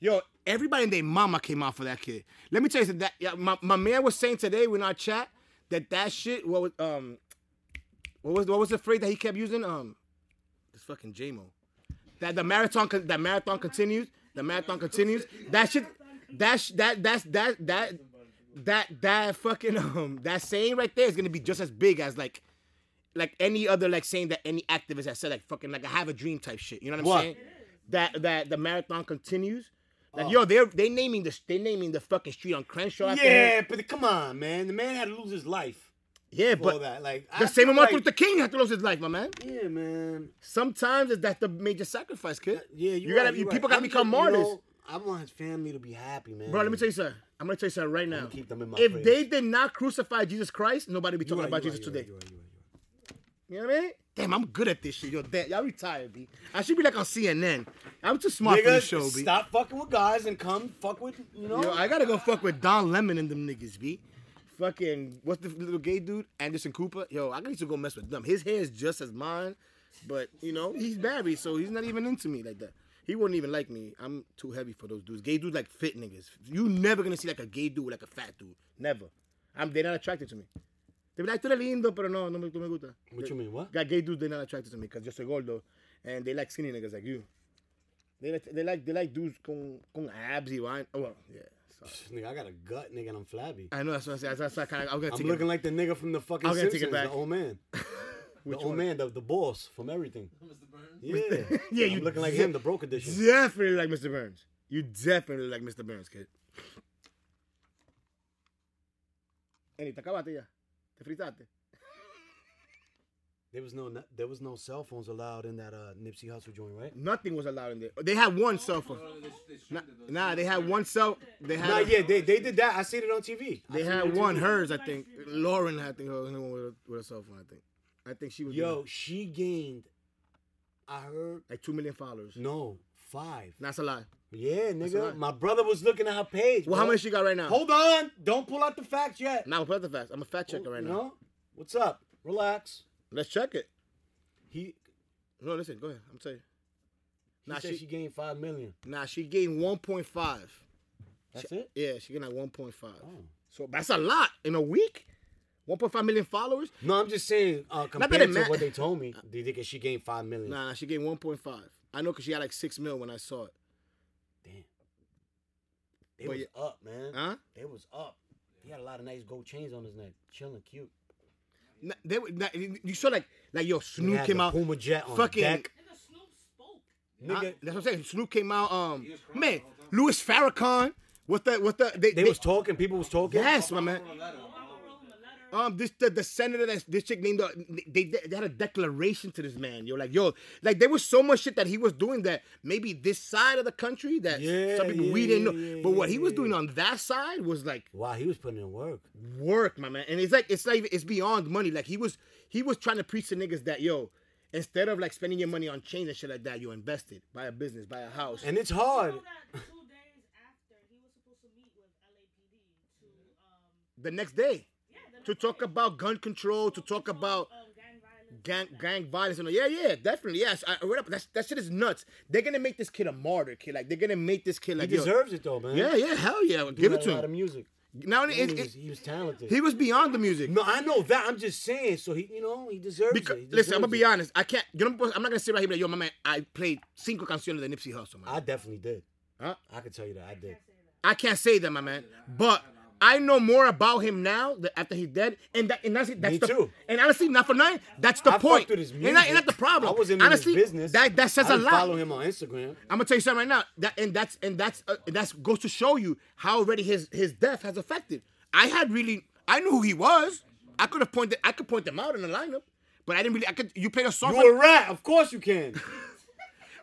Speaker 2: Yo, everybody and their mama came out for that kid. Let me tell you something. That yeah, my, my man was saying today in our chat that that shit. What was um, what was what was the phrase that he kept using? Um, this fucking JMO. That the marathon con- that marathon continues. The marathon continues. That shit. That sh- that that's that that that that fucking um that saying right there is gonna be just as big as like like any other like saying that any activist has said like fucking like I have a dream type shit. You know what I'm
Speaker 1: What?
Speaker 2: saying? That that the marathon continues. Like
Speaker 1: Oh.
Speaker 2: yo, they're they naming the they naming the fucking street on Crenshaw. after him.
Speaker 1: Yeah, but come on, man. The man had to lose his life
Speaker 2: yeah,
Speaker 1: for
Speaker 2: but
Speaker 1: that. Like I
Speaker 2: the same
Speaker 1: feel
Speaker 2: with Martin
Speaker 1: like-
Speaker 2: Luther King had to lose his life, my man.
Speaker 1: Yeah, man.
Speaker 2: Sometimes it's that the major sacrifice, kid.
Speaker 1: Yeah, you,
Speaker 2: You gotta-
Speaker 1: right,
Speaker 2: you-
Speaker 1: right.
Speaker 2: people gotta
Speaker 1: I'm
Speaker 2: become
Speaker 1: just- you
Speaker 2: martyrs.
Speaker 1: know, I want his family to be happy, man.
Speaker 2: Bro, let me tell you something. I'm gonna tell you something right now.
Speaker 1: gonna keep them in my
Speaker 2: if
Speaker 1: prayers.
Speaker 2: they did not crucify Jesus Christ, nobody would be talking
Speaker 1: right,
Speaker 2: about
Speaker 1: you
Speaker 2: Jesus
Speaker 1: right, you right,
Speaker 2: today.
Speaker 1: you right, you right, you
Speaker 2: You know what I mean? Damn, I'm good at this shit. Yo, damn, y'all retired, B. I should be like on CNN. I'm too smart for
Speaker 1: right.
Speaker 2: this
Speaker 1: Niggas,
Speaker 2: show, B.
Speaker 1: stop fucking with guys and come fuck with you know.
Speaker 2: Yo, I gotta go fuck with Don Lemon and them niggas, B. Fucking what's the little gay dude? Anderson Cooper. Yo, I need to go mess with them. His hair is just as mine, but you know he's married, so he's not even into me like that. He wouldn't even like me. I'm too heavy for those dudes. Gay dudes like fit niggas. You never gonna see like a gay dude with like a fat dude. Never. I'm. They're not attracted to me. They be like, tú eres lindo, pero no, no me, no me gusta.
Speaker 1: what you mean? What?
Speaker 2: Got gay dudes, they're not attracted to me because yo soy gordo, and they like skinny niggas like you. They like they like they like dudes con con abs y vain. Oh well, yeah. Sorry.
Speaker 1: Nigga, I got a gut, nigga, and I'm flabby.
Speaker 2: I know that's what I said. That's what I kind of. I'm gonna
Speaker 1: I'm
Speaker 2: take
Speaker 1: looking
Speaker 2: it.
Speaker 1: like the nigga from the fucking
Speaker 2: I'll get- take it
Speaker 1: Simpsons,
Speaker 2: back.
Speaker 1: the old man. the old man, the, the boss from everything.
Speaker 5: Mr. Burns?
Speaker 1: Yeah,
Speaker 2: Yeah,
Speaker 1: I'm
Speaker 2: you
Speaker 1: looking like
Speaker 2: de-
Speaker 1: him, the broke edition.
Speaker 2: Definitely like Mr. Burns. You definitely like Mr. Burns, kid. Eni, te acabaste ya. Te fritaste.
Speaker 1: There was no there was no cell phones allowed in that uh, Nipsey Hustle joint, right?
Speaker 2: Nothing was allowed in there. They had one cell phone.
Speaker 5: Oh, they, they
Speaker 2: Nah,
Speaker 5: shredded those.
Speaker 2: nah, they had one cell. They had.
Speaker 1: Nah, yeah, they, they did that. I seen it on TV. I
Speaker 2: They
Speaker 1: seen it
Speaker 2: had
Speaker 1: on
Speaker 2: one.
Speaker 1: TV.
Speaker 2: Hers, I think. Lauren, I think, was the only one with a, with a cell phone. I think. I think she was.
Speaker 1: Yo, she gained. I heard
Speaker 2: like two million followers.
Speaker 1: no five.
Speaker 2: That's a lie.
Speaker 1: Yeah,
Speaker 2: a
Speaker 1: nigga.
Speaker 2: lot.
Speaker 1: My brother was looking at her page.
Speaker 2: Well, how
Speaker 1: bro.
Speaker 2: many she got right now?
Speaker 1: Hold on! Don't pull out the facts yet.
Speaker 2: Now, put up the facts. I'm a fact checker right now.
Speaker 1: No, what's up? Relax.
Speaker 2: Let's check it.
Speaker 1: He,
Speaker 2: No, listen. Go ahead. I'm telling you.
Speaker 1: he
Speaker 2: Nah,
Speaker 1: said
Speaker 2: she-
Speaker 1: she, gained five million.
Speaker 2: Nah, she gained 1.5.
Speaker 1: That's it.
Speaker 2: Yeah, she gained like 1.5.
Speaker 1: Oh.
Speaker 2: So that's a lot in a week. 1.5 million followers.
Speaker 1: No, I'm just saying. Uh,
Speaker 2: that
Speaker 1: compared
Speaker 2: it
Speaker 1: to
Speaker 2: ma-
Speaker 1: what they told me, they think she gained five million.
Speaker 2: Nah, nah she gained 1.5. I know because she had like six mil when I saw it.
Speaker 1: Damn. They
Speaker 2: But
Speaker 1: was
Speaker 2: you-
Speaker 1: up, man.
Speaker 2: Huh?
Speaker 1: They was up. He had a lot of nice gold chains on his neck, chilling, cute.
Speaker 2: Nah, they were, nah, you saw like like yo
Speaker 1: He
Speaker 2: Snoop
Speaker 1: had
Speaker 2: came
Speaker 1: the
Speaker 2: out.
Speaker 1: Puma jet on
Speaker 2: fucking-
Speaker 1: deck.
Speaker 7: And the Snoop spoke.
Speaker 2: Nah,
Speaker 1: Nigga,
Speaker 2: that's what I'm saying. Snoop came out. Um,
Speaker 5: was crying
Speaker 2: man,
Speaker 5: the whole time.
Speaker 2: Louis Farrakhan. What the what the
Speaker 1: they was talking. People was talking.
Speaker 2: yes, my man.
Speaker 5: Hold on, let him.
Speaker 7: Obama wrote him a letter.
Speaker 2: Um, this the, the senator that this chick named uh, they, they they had a declaration to this man. Yo, like yo, like there was so much shit that he was doing that maybe this side of the country that
Speaker 1: Yeah,
Speaker 2: some people
Speaker 1: yeah,
Speaker 2: we didn't know,
Speaker 1: yeah, yeah,
Speaker 2: but what
Speaker 1: yeah,
Speaker 2: he was
Speaker 1: yeah,
Speaker 2: doing
Speaker 1: yeah.
Speaker 2: on that side was like
Speaker 1: Wow, he was putting in work.
Speaker 2: work, my man. And it's like it's like it's beyond money. Like he was he was trying to preach to niggas that yo, instead of like spending your money on chains and shit like that, you invested, buy a business, buy a house.
Speaker 1: And it's
Speaker 7: You
Speaker 1: hard.
Speaker 7: know that two days after he was supposed to meet with LAPD to um
Speaker 2: the next day
Speaker 7: yeah the
Speaker 2: to
Speaker 7: next
Speaker 2: talk
Speaker 7: day.
Speaker 2: about gun control, to talk about
Speaker 7: um, gang violence.
Speaker 2: gang gang violence. And all. yeah, yeah, definitely. Yes, I I read up. That's, that shit is nuts. They're gonna make this kid a martyr, kid. Like they're gonna make this kid
Speaker 1: He
Speaker 2: like yo-
Speaker 1: deserves it though, man.
Speaker 2: Yeah, yeah, hell yeah.
Speaker 1: He
Speaker 2: Give
Speaker 1: had
Speaker 2: it
Speaker 1: a
Speaker 2: to
Speaker 1: lot of
Speaker 2: him.
Speaker 1: music.
Speaker 2: Now it,
Speaker 1: And
Speaker 2: it,
Speaker 1: he, was,
Speaker 2: it,
Speaker 1: he was talented.
Speaker 2: he was beyond the music.
Speaker 1: no, I know that. I'm just saying. So he, you know, he deserves
Speaker 2: Because,
Speaker 1: it. He
Speaker 2: listen, I'm gonna
Speaker 1: deserves
Speaker 2: be
Speaker 1: it.
Speaker 2: honest. I can't. You know, I'm not gonna sit right here. and be Like, yo, my man, I played cinco canciones de Nipsey Hussle, man.
Speaker 1: I definitely did.
Speaker 2: Huh?
Speaker 1: I can tell you that I did.
Speaker 2: I can't say that, my man. But I know more about him now that after he's dead, and that and that's that's
Speaker 1: Me
Speaker 2: the
Speaker 1: too.
Speaker 2: and honestly, not for nothing. That's the
Speaker 1: I
Speaker 2: point.
Speaker 1: fucked with his
Speaker 2: And that, and
Speaker 1: music.
Speaker 2: that's the problem.
Speaker 1: I was in
Speaker 2: honestly,
Speaker 1: his business.
Speaker 2: That that says
Speaker 1: I
Speaker 2: a
Speaker 1: didn't
Speaker 2: lot.
Speaker 1: Follow him on Instagram.
Speaker 2: I'm gonna tell you something right now. That and that's and that's uh, that's goes to show you how already his his death has affected. I had really I knew who he was. I could have pointed I could point them out in the lineup, but I didn't really. I could you played a song,
Speaker 1: You a
Speaker 2: for,
Speaker 1: rat? Of course you can.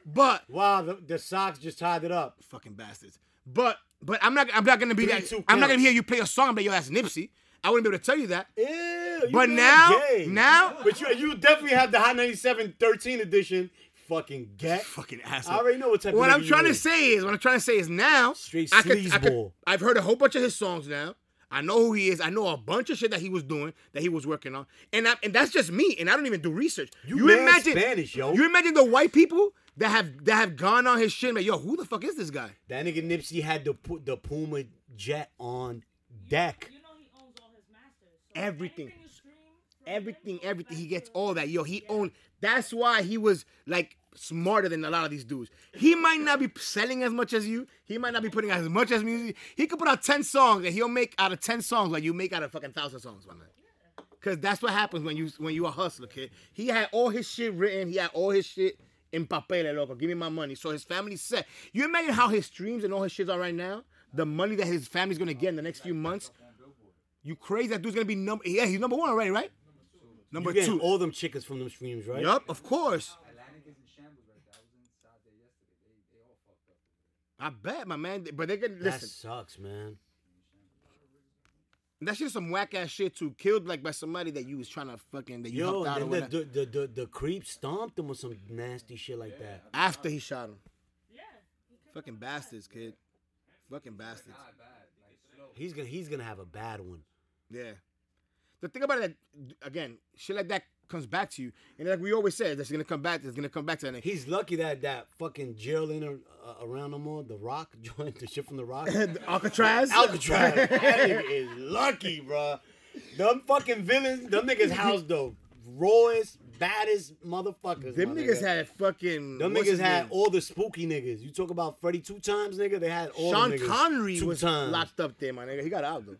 Speaker 2: but
Speaker 1: wow, the, the socks just tied it up.
Speaker 2: fucking bastards. But but I'm not I'm not gonna be
Speaker 1: Three,
Speaker 2: that.
Speaker 1: two,
Speaker 2: I'm not
Speaker 1: count.
Speaker 2: gonna hear you play a song about your ass Nipsey. I wouldn't be able to tell you that.
Speaker 1: Ew, you
Speaker 2: But
Speaker 1: mad
Speaker 2: now-
Speaker 1: gay.
Speaker 2: now-
Speaker 1: but you you definitely have the Hot 97 13 edition. Fucking get.
Speaker 2: Fucking
Speaker 1: I
Speaker 2: asshole.
Speaker 1: already know what type.
Speaker 2: what
Speaker 1: of nigga
Speaker 2: I'm
Speaker 1: you
Speaker 2: trying to
Speaker 1: is.
Speaker 2: say is, what I'm trying to say is now,
Speaker 1: Straight
Speaker 2: I could, I
Speaker 1: sleazeball.
Speaker 2: could, I've heard a whole bunch of his songs now. I know who he is. I know a bunch of shit that he was doing, that he was working on, and I, and that's just me. And I don't even do research.
Speaker 1: You mad Spanish, yo.
Speaker 2: You imagine the white people that have that have gone on his shit. Like, yo, who the fuck is this guy?
Speaker 1: That nigga Nipsey had the pu- the Puma jet on deck.
Speaker 7: You know he owns all his masters. So
Speaker 2: Everything.
Speaker 7: anything you stream from him
Speaker 2: Everything,
Speaker 7: goes
Speaker 2: everything.
Speaker 7: back
Speaker 2: He gets
Speaker 7: to-
Speaker 2: all that. Yo, he owned. That's why he was like smarter than a lot of these dudes. He might not be selling as much as you. He might not be putting out as much as music. He could put out ten songs and he'll make out of ten songs like you make out of fucking thousand songs, my man. Cause that's what happens when you when you a hustler, kid. He had all his shit written. He had all his shit in papel, loco. Give me my money. So his family set. You imagine how his streams and all his shits are right now. The money that his family's gonna get in the next few months. You crazy? That dude's gonna be number. Yeah, he's number one already, right? Number
Speaker 1: You getting
Speaker 2: two.
Speaker 1: all them chickens from them streams, right?
Speaker 2: Yup, of course.
Speaker 5: Atlantic is in shambles right now. I was inside there yesterday. They, they all fucked up.
Speaker 2: I bet, my man. But they're gonna
Speaker 1: That
Speaker 2: listen.
Speaker 1: sucks, man.
Speaker 2: That's just some whack ass shit too. Killed like by somebody that you was trying to fucking that you
Speaker 1: Yo,
Speaker 2: helped out or
Speaker 1: and then
Speaker 2: whatever.
Speaker 1: the, the, the, the creep stomped him with some nasty shit like that.
Speaker 2: After he shot him,
Speaker 7: Yeah. He could-
Speaker 2: fucking bastards, kid. Fucking bastards.
Speaker 1: He's gonna he's gonna have a bad one.
Speaker 2: Yeah. The thing about it, again, shit like that comes back to you, and like we always said, that's gonna come back. That's gonna come back to that. nigga.
Speaker 1: He's lucky that that fucking jail in or, uh, around no more. The Rock joined the shit from the Rock.
Speaker 2: Alcatraz.
Speaker 1: Alcatraz that nigga is lucky, bruh. Them fucking villains, them niggas house the rawest, baddest motherfuckers.
Speaker 2: Them
Speaker 1: my
Speaker 2: niggas
Speaker 1: nigga.
Speaker 2: had fucking.
Speaker 1: Them
Speaker 2: what's
Speaker 1: niggas
Speaker 2: his
Speaker 1: had
Speaker 2: name?
Speaker 1: all the spooky niggas. You talk about Freddy two times, nigga. They had all.
Speaker 2: Sean
Speaker 1: the niggas.
Speaker 2: Connery
Speaker 1: two
Speaker 2: was
Speaker 1: times.
Speaker 2: locked up there, my nigga. He got out though.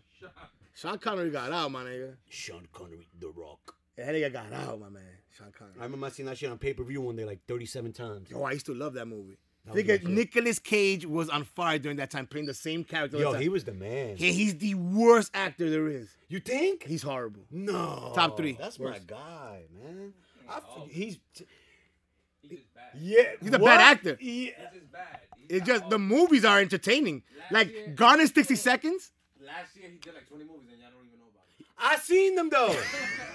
Speaker 2: Sean Connery got out, my nigga.
Speaker 1: Sean Connery, The Rock.
Speaker 2: That nigga got out, my man. Sean
Speaker 1: I
Speaker 2: Connery.
Speaker 1: remember I seen that shit on pay per view one day like thirty seven times.
Speaker 2: Oh, I used to love that movie.
Speaker 1: That was
Speaker 2: Nigga,
Speaker 1: my shit.
Speaker 2: Nicolas Cage was on fire during that time, playing the same character. all the
Speaker 1: Yo,
Speaker 2: time.
Speaker 1: he was the man.
Speaker 2: He- he's the worst actor there is.
Speaker 1: You think?
Speaker 2: He's horrible.
Speaker 1: No.
Speaker 2: Top three.
Speaker 1: That's my
Speaker 2: Worst.
Speaker 1: guy, man. I f-
Speaker 5: Oh.
Speaker 1: he's t-
Speaker 5: He's just bad.
Speaker 1: yeah.
Speaker 2: He's a
Speaker 1: what?
Speaker 2: bad actor.
Speaker 1: Yeah.
Speaker 5: He's just bad. He's
Speaker 2: It's
Speaker 5: not
Speaker 2: just
Speaker 5: all-
Speaker 2: the movies are entertaining.
Speaker 5: year-
Speaker 2: Like Gone in sixty seconds.
Speaker 5: Last year he did like 20 movies and y'all don't even know about it.
Speaker 1: I seen them though.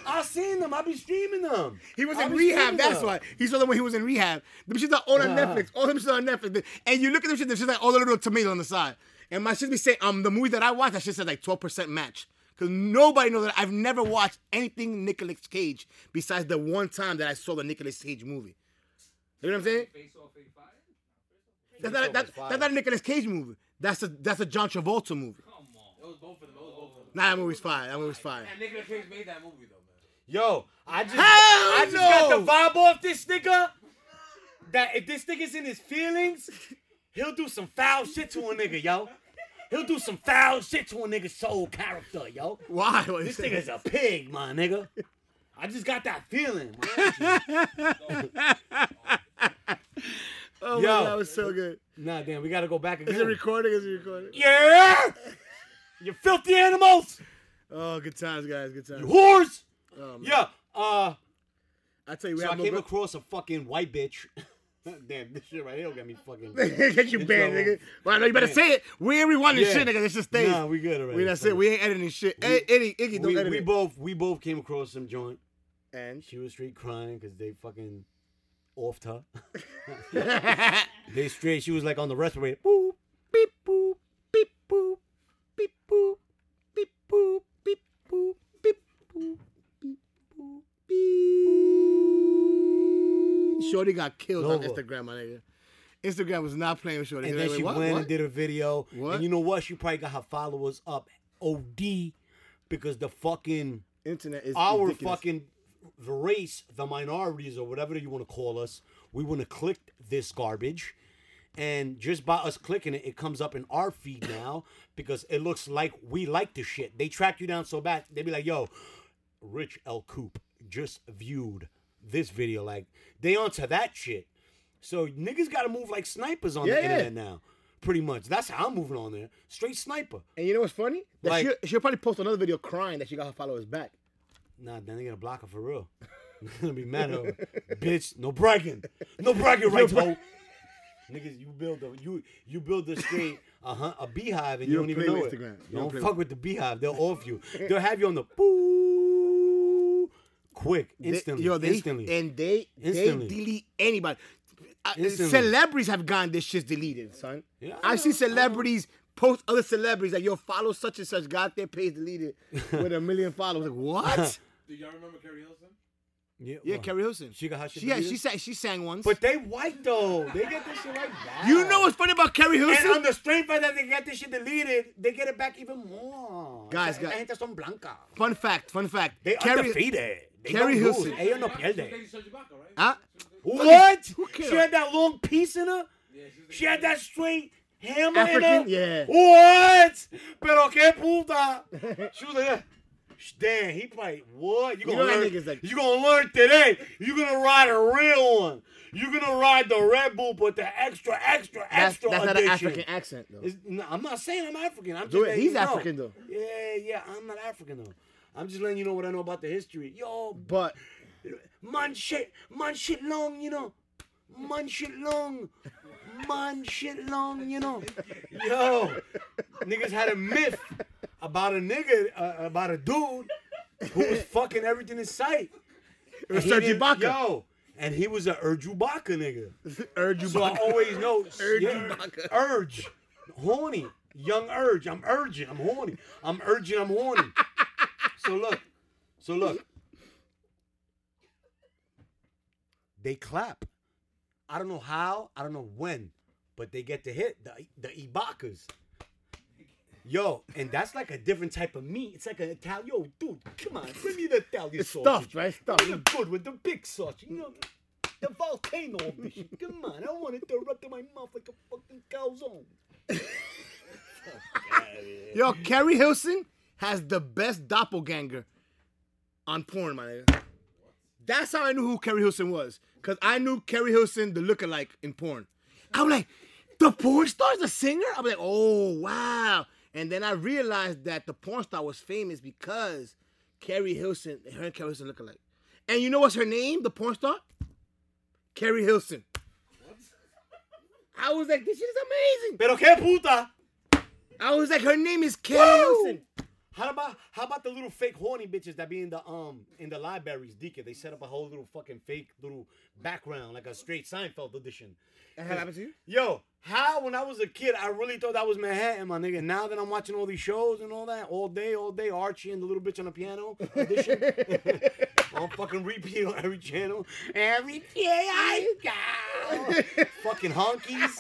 Speaker 1: I seen them. I be streaming them.
Speaker 2: He was
Speaker 1: I
Speaker 2: in
Speaker 1: be
Speaker 2: rehab.
Speaker 1: streaming
Speaker 2: That's
Speaker 1: them.
Speaker 2: why he saw them when he was in rehab. Them shit's are all
Speaker 1: Yeah.
Speaker 2: on Netflix. All them shit's on Netflix. And you look at them shit. Them shit's like all the little tomato on the side. And my shit be saying um the movies that I watch. I should say like twelve percent match. Cause nobody knows that I've never watched anything Nicolas Cage besides the one time that I saw the Nicolas Cage movie. You know what I'm saying?
Speaker 5: Face Off 85?
Speaker 2: That's not, that's,
Speaker 1: fire.
Speaker 2: that's not a Nicolas Cage movie. That's a that's a John Travolta movie.
Speaker 5: Come on. It was both of them. It was both of them.
Speaker 2: Nah, that movie's fire. That movie's fire.
Speaker 5: And Nicolas Cage made that movie though, man.
Speaker 1: Yo, I just
Speaker 2: Hell
Speaker 1: I just got the
Speaker 2: no!
Speaker 1: vibe off this nigga that if this nigga's in his feelings, he'll do some foul shit to a nigga, yo. He'll do some foul shit to a nigga's soul character, yo.
Speaker 2: Why? What
Speaker 1: This
Speaker 2: you saying?
Speaker 1: nigga's a pig, my nigga. I just got that feeling. man.
Speaker 2: Oh my
Speaker 1: Yo.
Speaker 2: God, that was so good.
Speaker 1: nah, damn, we gotta go back
Speaker 2: Is it
Speaker 1: again.
Speaker 2: recording? Is it recording?
Speaker 1: Yeah, you filthy animals,
Speaker 2: Oh, good times, guys. Good times.
Speaker 1: you whores.
Speaker 2: Oh, man.
Speaker 1: Yeah, uh,
Speaker 2: I tell you, we
Speaker 1: so I
Speaker 2: have
Speaker 1: came
Speaker 2: more.
Speaker 1: across a fucking white bitch. damn, this shit right here got me fucking.
Speaker 2: Get you banned,
Speaker 1: trouble.
Speaker 2: nigga. Well, no, you better
Speaker 1: Yeah.
Speaker 2: say it. We ain't rewinding
Speaker 1: Yeah.
Speaker 2: shit, nigga. This just stays.
Speaker 1: Nah, we good already.
Speaker 2: we that's it. We ain't editing shit. Ed- Eddie, Iggy, don't
Speaker 1: we,
Speaker 2: edit
Speaker 1: we
Speaker 2: it.
Speaker 1: both we both came across some joint.
Speaker 2: and
Speaker 1: She was straight crying because they fucking offed her. they straight. She was like on the respirator. Boop beep boop beep boop beep boop beep boop beep boop beep boop beep boop beep.
Speaker 2: Shorty got killed on
Speaker 1: Nova.
Speaker 2: Instagram, my nigga. Instagram was not playing with Shorty.
Speaker 1: And
Speaker 2: They're
Speaker 1: then
Speaker 2: like,
Speaker 1: she
Speaker 2: what,
Speaker 1: went
Speaker 2: what?
Speaker 1: and did a video.
Speaker 2: What?
Speaker 1: And you know what? She probably got her followers up OD because the fucking
Speaker 2: Internet is
Speaker 1: our
Speaker 2: ridiculous.
Speaker 1: fucking the race, the minorities, or whatever you want to call us, we want to click this garbage. And just by us clicking it, it comes up in our feed now because it looks like we like the shit. They track you down so bad, they be like, yo, Rich L. Coop just viewed this video. Like, they onto that shit. So niggas gotta move like snipers on
Speaker 2: Yeah,
Speaker 1: the
Speaker 2: yeah.
Speaker 1: internet now. Pretty much. That's how I'm moving on there. Straight sniper.
Speaker 2: And you know what's funny? That
Speaker 1: Like-
Speaker 2: she, she'll probably post another video crying that she got her followers back.
Speaker 1: Nah, then they're gonna block her for real. They're gonna be mad at her. Bitch, no bragging. No bragging rights, hoe. Niggas, you build a you you build a straight a hun- a beehive and
Speaker 2: You
Speaker 1: you,
Speaker 2: don't
Speaker 1: don't even
Speaker 2: play
Speaker 1: know
Speaker 2: with
Speaker 1: it.
Speaker 2: Instagram. You
Speaker 1: You
Speaker 2: don't
Speaker 1: don't,
Speaker 2: play
Speaker 1: fuck with the beehive. They'll off you. They'll have you on the boo quick
Speaker 2: They-
Speaker 1: instantly.
Speaker 2: yo, they,
Speaker 1: instantly.
Speaker 2: And they
Speaker 1: Instantly.
Speaker 2: they delete anybody. Uh,
Speaker 1: Instantly.
Speaker 2: celebrities have gotten this shit deleted, son.
Speaker 1: Yeah, I
Speaker 2: I see
Speaker 1: know, I know.
Speaker 2: celebrities post other celebrities like yo follow such and such got their page deleted with a million followers. Like what?
Speaker 5: Do y'all remember Carrie Hilson?
Speaker 2: yeah,
Speaker 1: well,
Speaker 2: Carrie Hilson. She,
Speaker 1: She got her shit.
Speaker 2: yeah,
Speaker 1: deleted?
Speaker 2: she sang she sang once.
Speaker 1: But they white though. They get this shit like that.
Speaker 2: you know what's funny about Carrie
Speaker 1: And on
Speaker 2: Hilson?
Speaker 1: the strength of that they get this shit deleted, they get it back even more.
Speaker 2: Guys,
Speaker 1: Esa
Speaker 2: guys.
Speaker 1: gente son blanca.
Speaker 2: Fun fact, fun fact.
Speaker 1: They undefeated. They
Speaker 2: Kerry
Speaker 1: don't lose.
Speaker 2: Hilson.
Speaker 1: Ellos no
Speaker 5: She was
Speaker 1: pierden.
Speaker 5: Lady Soulja Baca, right?
Speaker 2: Huh?
Speaker 1: What?
Speaker 2: Who cares?
Speaker 1: She had that long piece in her.
Speaker 5: Yeah, she was Lady
Speaker 1: She had that straight hammer in her.
Speaker 2: African, yeah.
Speaker 1: What? Pero que puta. She was like, that. Sh- damn, he probably what? You
Speaker 2: You
Speaker 1: gonna
Speaker 2: know that
Speaker 1: learn?
Speaker 2: nigga's like-
Speaker 1: you gonna learn today? You gonna ride a real one? You gonna ride the Red Bull, but the extra, extra,
Speaker 2: That's,
Speaker 1: extra
Speaker 2: that's not an
Speaker 1: edition?
Speaker 2: African accent though.
Speaker 1: It's- no, I'm not saying I'm African. I'm just
Speaker 2: Do it.
Speaker 1: letting
Speaker 2: He's
Speaker 1: you know.
Speaker 2: African, though.
Speaker 1: Yeah, yeah, I'm not African though. I'm just letting you know what I know about the history. Yo,
Speaker 2: But
Speaker 1: man shit, man shit long, you know. Man shit long. Man shit long, you know. Yo, niggas had a myth about a nigga, uh, about a dude who was fucking everything in sight.
Speaker 2: it was
Speaker 1: He
Speaker 2: Serge
Speaker 1: didn't-
Speaker 2: Ibaka.
Speaker 1: Yo, and he was a Urjubaka nigga.
Speaker 2: Serge
Speaker 1: So I
Speaker 2: Ibaka.
Speaker 1: always know
Speaker 2: Urge
Speaker 1: urge,
Speaker 2: you
Speaker 1: yeah,
Speaker 2: baka.
Speaker 1: urge, horny, young urge. I'm urgent. I'm horny. I'm urgent. I'm horny. so look, so look. They clap. I don't know how. I don't know when, but they get to hit the the Ibakas. Yo, and that's like a different type of meat. It's like an Italian. Yo, dude, come on, bring me the Italian
Speaker 2: It's
Speaker 1: sausage.
Speaker 2: stuffed, right? Stuffed.
Speaker 1: Bring it good with the big sausage. You know, the volcano of this shit. Come on, I don't want it to erupt in my mouth like a fucking calzone.
Speaker 2: Yo, Kerry Hilson has the best doppelganger on porn, my nigga. That's how I knew who Kerry Hilson was. Cause I knew Kerry Hilson, the lookalike in porn. I was like, the porn star is a singer? I was like, oh wow. And then I realized that the porn star was famous because Kerry Hilson, her and Kerry Hilson look alike. And you know what's her name, the porn star? Kerry Hilson. I was like, this shit is amazing.
Speaker 1: Pero que puta.
Speaker 2: I was like, her name is Kerry Hilson.
Speaker 1: How about how about the little fake horny bitches that be in the um in the libraries, Deacon? They set up a whole little fucking fake little background, like a straight Seinfeld edition.
Speaker 2: That happened to you?
Speaker 1: Yo, how when I was a kid, I really thought that was Manhattan, my nigga. Now that I'm watching all these shows and all that, all day, all day, Archie and the little bitch on the piano edition. on fucking repeat on every channel. Every day I go. fucking honkies.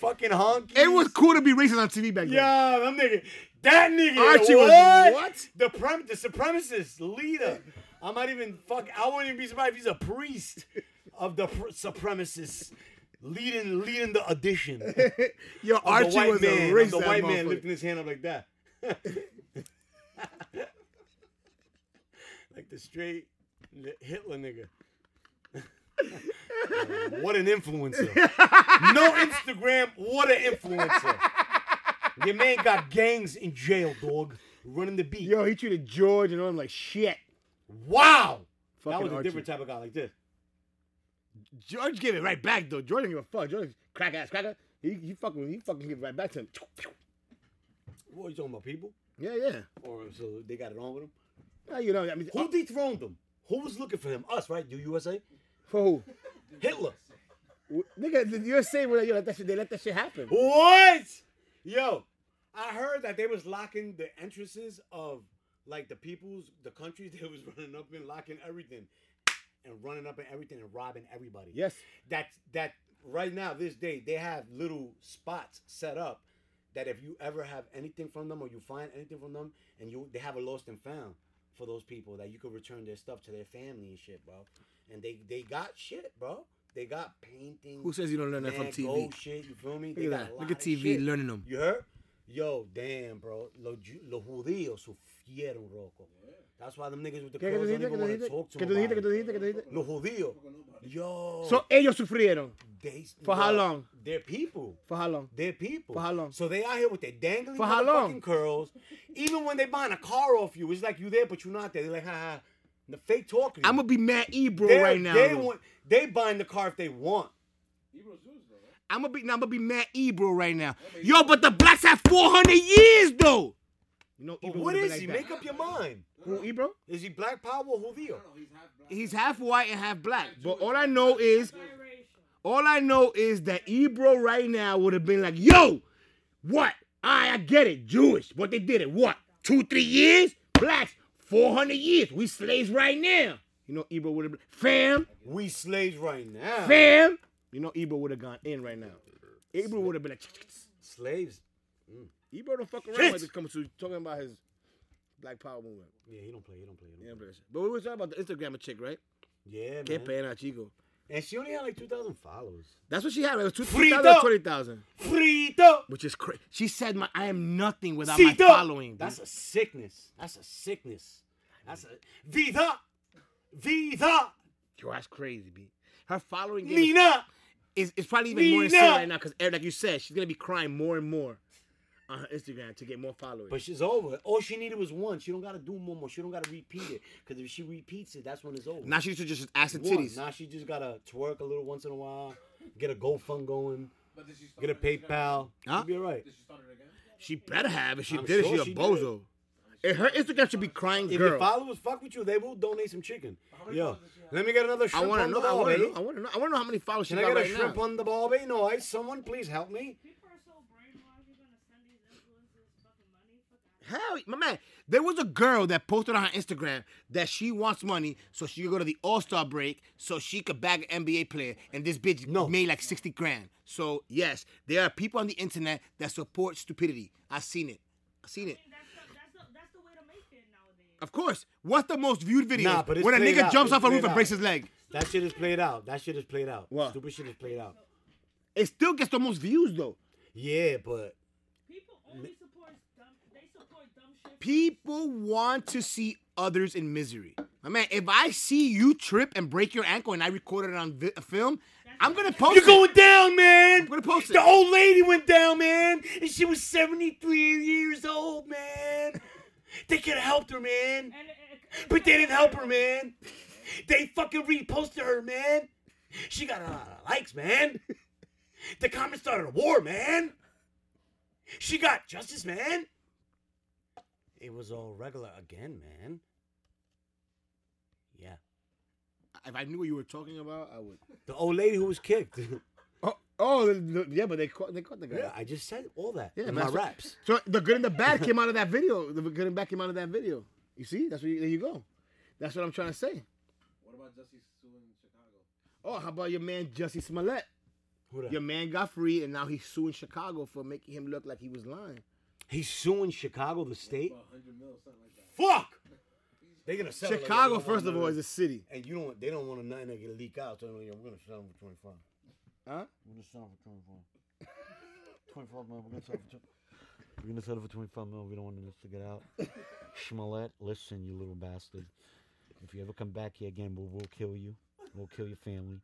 Speaker 1: fucking honkies.
Speaker 2: It was cool to be racist on TV back then.
Speaker 1: Yeah, that nigga. That nigga.
Speaker 2: Archie was
Speaker 1: what?
Speaker 2: what?
Speaker 1: The prem- the supremacist leader. I might even fuck. I wouldn't even be surprised if he's a priest of the pr- supremacists. Leading, leading the audition. Of
Speaker 2: Yo,
Speaker 1: Oh, the
Speaker 2: Archie
Speaker 1: white
Speaker 2: was
Speaker 1: man,
Speaker 2: a
Speaker 1: of
Speaker 2: racist.
Speaker 1: the white man
Speaker 2: motherfucker.
Speaker 1: lifting his hand up like that, like the straight li- Hitler nigga. what an influencer! No Instagram. What an influencer! Your man got gangs in jail, dog. Running the beat.
Speaker 2: Yo, he treated George and all them like shit.
Speaker 1: Wow.
Speaker 2: Fucking
Speaker 1: that was a
Speaker 2: Archie.
Speaker 1: different type of guy like this.
Speaker 2: George gave it right back though. George didn't give a fuck. George crack ass cracker. He he fucking he fucking gave it right back to him.
Speaker 1: What are you talking about, people?
Speaker 2: Yeah, yeah.
Speaker 1: Or so they got it on with him?
Speaker 2: Now you know. I mean, uh,
Speaker 1: Who dethroned him? Who was looking for him? Us, right? The USA?
Speaker 2: for who?
Speaker 1: Hitler.
Speaker 2: W- Nigga, the USA were like, yo, let that shit, they let that shit happen.
Speaker 1: What? Yo, I heard that they was locking the entrances of like the people's, the countries they was running up in, locking everything, and running up in everything and robbing everybody.
Speaker 2: Yes.
Speaker 1: that that right now this day they have little spots set up that if you ever have anything from them or you find anything from them and you they have a lost and found for those people that you could return their stuff to their family and shit, bro. And they they got shit, bro. They got paintings.
Speaker 2: Who says you don't learn that from
Speaker 1: mad
Speaker 2: TV?
Speaker 1: gold Shit, you feel me? They
Speaker 2: at
Speaker 1: got
Speaker 2: that.
Speaker 1: a
Speaker 2: Look
Speaker 1: lot
Speaker 2: at
Speaker 1: of
Speaker 2: TV
Speaker 1: shit.
Speaker 2: learning 'em.
Speaker 1: You heard? Yo, damn, bro. Los, Ju- los judíos sufrieron, roco. That's why them niggas with the
Speaker 2: ¿Qué- qué
Speaker 1: clothes
Speaker 2: tú
Speaker 1: don't
Speaker 2: dijiste?
Speaker 1: even want to
Speaker 2: ¿Qué tú
Speaker 1: talk to
Speaker 2: dijiste? ¿Qué tú dijiste?
Speaker 1: nobody.
Speaker 2: ¿Qué tú dijiste? ¿Qué tú dijiste?
Speaker 1: Los judíos. Yo.
Speaker 2: So ellos sufrieron.
Speaker 1: They,
Speaker 2: For how long?
Speaker 1: They're people.
Speaker 2: For how long?
Speaker 1: They're people.
Speaker 2: For how long?
Speaker 1: So they out here with their dangling
Speaker 2: For how long?
Speaker 1: motherfucking curls. Even when they buying a car off you, it's like you there, but you're not there. They're like, ha ha. The fake talking.
Speaker 2: I'm gonna be Matt Ebro
Speaker 1: They're-
Speaker 2: right now.
Speaker 1: They
Speaker 2: though.
Speaker 1: want. They buying the car if they want.
Speaker 2: I'm gonna be nah, I'm gonna be Matt Ebro right now. Yo, but the blacks have 400 years though. You know,
Speaker 1: But
Speaker 2: Ebro
Speaker 1: what
Speaker 2: would've been
Speaker 1: is
Speaker 2: like
Speaker 1: he?
Speaker 2: that.
Speaker 1: Make up your mind.
Speaker 2: Who, Ebro?
Speaker 1: Is he black power or Julio?
Speaker 5: Oh,
Speaker 2: He's half white and half black. But all I know is,
Speaker 7: Biracial.
Speaker 2: all I know is that Ebro right now would have been like, yo, what? I I get it, Jewish. What they did it? What? Two three years? Blacks? Four hundred years? We slaves right now. You know, Ebro would have been fam,
Speaker 1: We slaves right now.
Speaker 2: fam. You know, Ebro would have gone in right now. Ebro would have been like.
Speaker 1: Slaves.
Speaker 2: Ebro don't fuck around
Speaker 1: Shit.
Speaker 2: when it comes to talking about his Black Power movement.
Speaker 1: Yeah, he don't play. He don't play. He
Speaker 2: Yeah,
Speaker 1: don't play.
Speaker 2: but but we were talking about the Instagram chick, right?
Speaker 1: Yeah,
Speaker 2: Que
Speaker 1: man.
Speaker 2: pena, chico.
Speaker 1: And she only had like two thousand followers.
Speaker 2: That's what she had. It was two-
Speaker 1: Frito.
Speaker 2: 2,000 20,000.
Speaker 1: Frito.
Speaker 2: Which is crazy. She said, "My I am nothing without my
Speaker 1: Vida.
Speaker 2: following." dude.
Speaker 1: That's a sickness. That's a sickness. That's a vida, vida,
Speaker 2: Yo, that's crazy, B. Her following game is-
Speaker 1: Nina.
Speaker 2: is, is probably even more
Speaker 1: Nina.
Speaker 2: insane right now because, like you said, she's gonna be crying more and more on her Instagram to get more followers.
Speaker 1: But she's over. All she needed was one. She don't gotta do one more. She don't gotta repeat it. Cause if she repeats it, that's when it's over.
Speaker 2: now she used to just ass and
Speaker 1: One.
Speaker 2: titties.
Speaker 1: Now she just gotta twerk a little once in a while, get a GoFund going,
Speaker 5: But did she start
Speaker 1: get a
Speaker 5: it again?
Speaker 1: PayPal.
Speaker 2: Huh?
Speaker 1: She'll be alright.
Speaker 5: Did she start it again?
Speaker 2: she better have. If she
Speaker 1: I'm
Speaker 2: did
Speaker 1: sure
Speaker 2: it,
Speaker 1: she
Speaker 2: she a
Speaker 1: did
Speaker 2: bozo. And her Instagram should be crying
Speaker 1: If your
Speaker 2: girl.
Speaker 1: followers fuck with you, they will donate some chicken. Yo, let me get another
Speaker 2: I
Speaker 1: shrimp
Speaker 2: want to
Speaker 1: on
Speaker 2: know.
Speaker 1: the
Speaker 2: I
Speaker 1: ball,
Speaker 2: want to
Speaker 1: baby.
Speaker 2: know. I want to know. I want to know how many followers
Speaker 1: Can
Speaker 2: she
Speaker 1: I get
Speaker 2: got
Speaker 1: a
Speaker 2: right
Speaker 1: shrimp
Speaker 2: now.
Speaker 1: on the ball, baby? No ice. Someone please help me.
Speaker 7: People are so brainwashed. You're gonna send these influencers fucking money. Fuck out.
Speaker 2: Hell, my man. There was a girl that posted on her Instagram that she wants money so she could go to the All Star break so she could bag an NBA player, and this bitch made like sixty grand. So yes, there are people on the internet that support stupidity. I've seen it. I've seen it.
Speaker 7: That's the, that's the, that's the way to make it nowadays.
Speaker 2: Of course. What's the most viewed video?
Speaker 1: Nah, but it's
Speaker 2: when a
Speaker 1: played
Speaker 2: nigga
Speaker 1: out.
Speaker 2: jumps
Speaker 1: It's
Speaker 2: off a roof
Speaker 1: played
Speaker 2: and breaks
Speaker 1: out.
Speaker 2: his leg.
Speaker 1: That shit is played out. That shit is played out.
Speaker 2: What?
Speaker 1: Stupid shit is played out.
Speaker 2: It still gets the most views though.
Speaker 1: Yeah, but
Speaker 7: People only support dumb. They support dumb shit.
Speaker 2: People want to see others in misery. My man, if I see you trip and break your ankle and I recorded it on vi- a film, I'm gonna post
Speaker 1: You're
Speaker 2: it.
Speaker 1: going down, man.
Speaker 2: gonna post it.
Speaker 1: The old lady went down, man, and she was 73 years old, man. They could have helped her, man,
Speaker 7: And, and, and,
Speaker 1: but they didn't help her, man. They fucking reposted her, man. She got a lot of likes, man. The comments started a war, man. She got justice, man. It was all regular again, man. Yeah.
Speaker 2: If I knew what you were talking about, I would.
Speaker 1: The old lady who was kicked.
Speaker 2: Oh, oh the- the- yeah, but they caught they caught the guy.
Speaker 1: yeah, I just said all that
Speaker 2: Yeah,
Speaker 1: in
Speaker 2: man,
Speaker 1: my
Speaker 2: so-
Speaker 1: raps.
Speaker 2: So the good and the bad came out of that video. The good and bad came out of that video. You see, that's what you, there you go. That's what I'm trying to say.
Speaker 5: What about Justice suing Chicago?
Speaker 2: Oh, how about your man Jesse Smollett?
Speaker 1: Who that?
Speaker 2: Your man got free, and now he's suing Chicago for making him look like he was lying.
Speaker 1: He's suing Chicago, the state.
Speaker 5: About 100 mil, something like that.
Speaker 1: Fuck. They're gonna sell
Speaker 2: Chicago, first of all, is a city.
Speaker 1: and you don't. They don't want nothing that can leak out. So they're like, we're gonna sell them for twenty five.
Speaker 2: Huh?
Speaker 6: We're gonna sell it for 25. 25 mil. We're gonna sell it for. Tw- we're gonna sell it for 25 mil. We don't want this to get out. Schmollett, listen, you little bastard. If you ever come back here again, we'll, we'll kill you. We'll kill your family.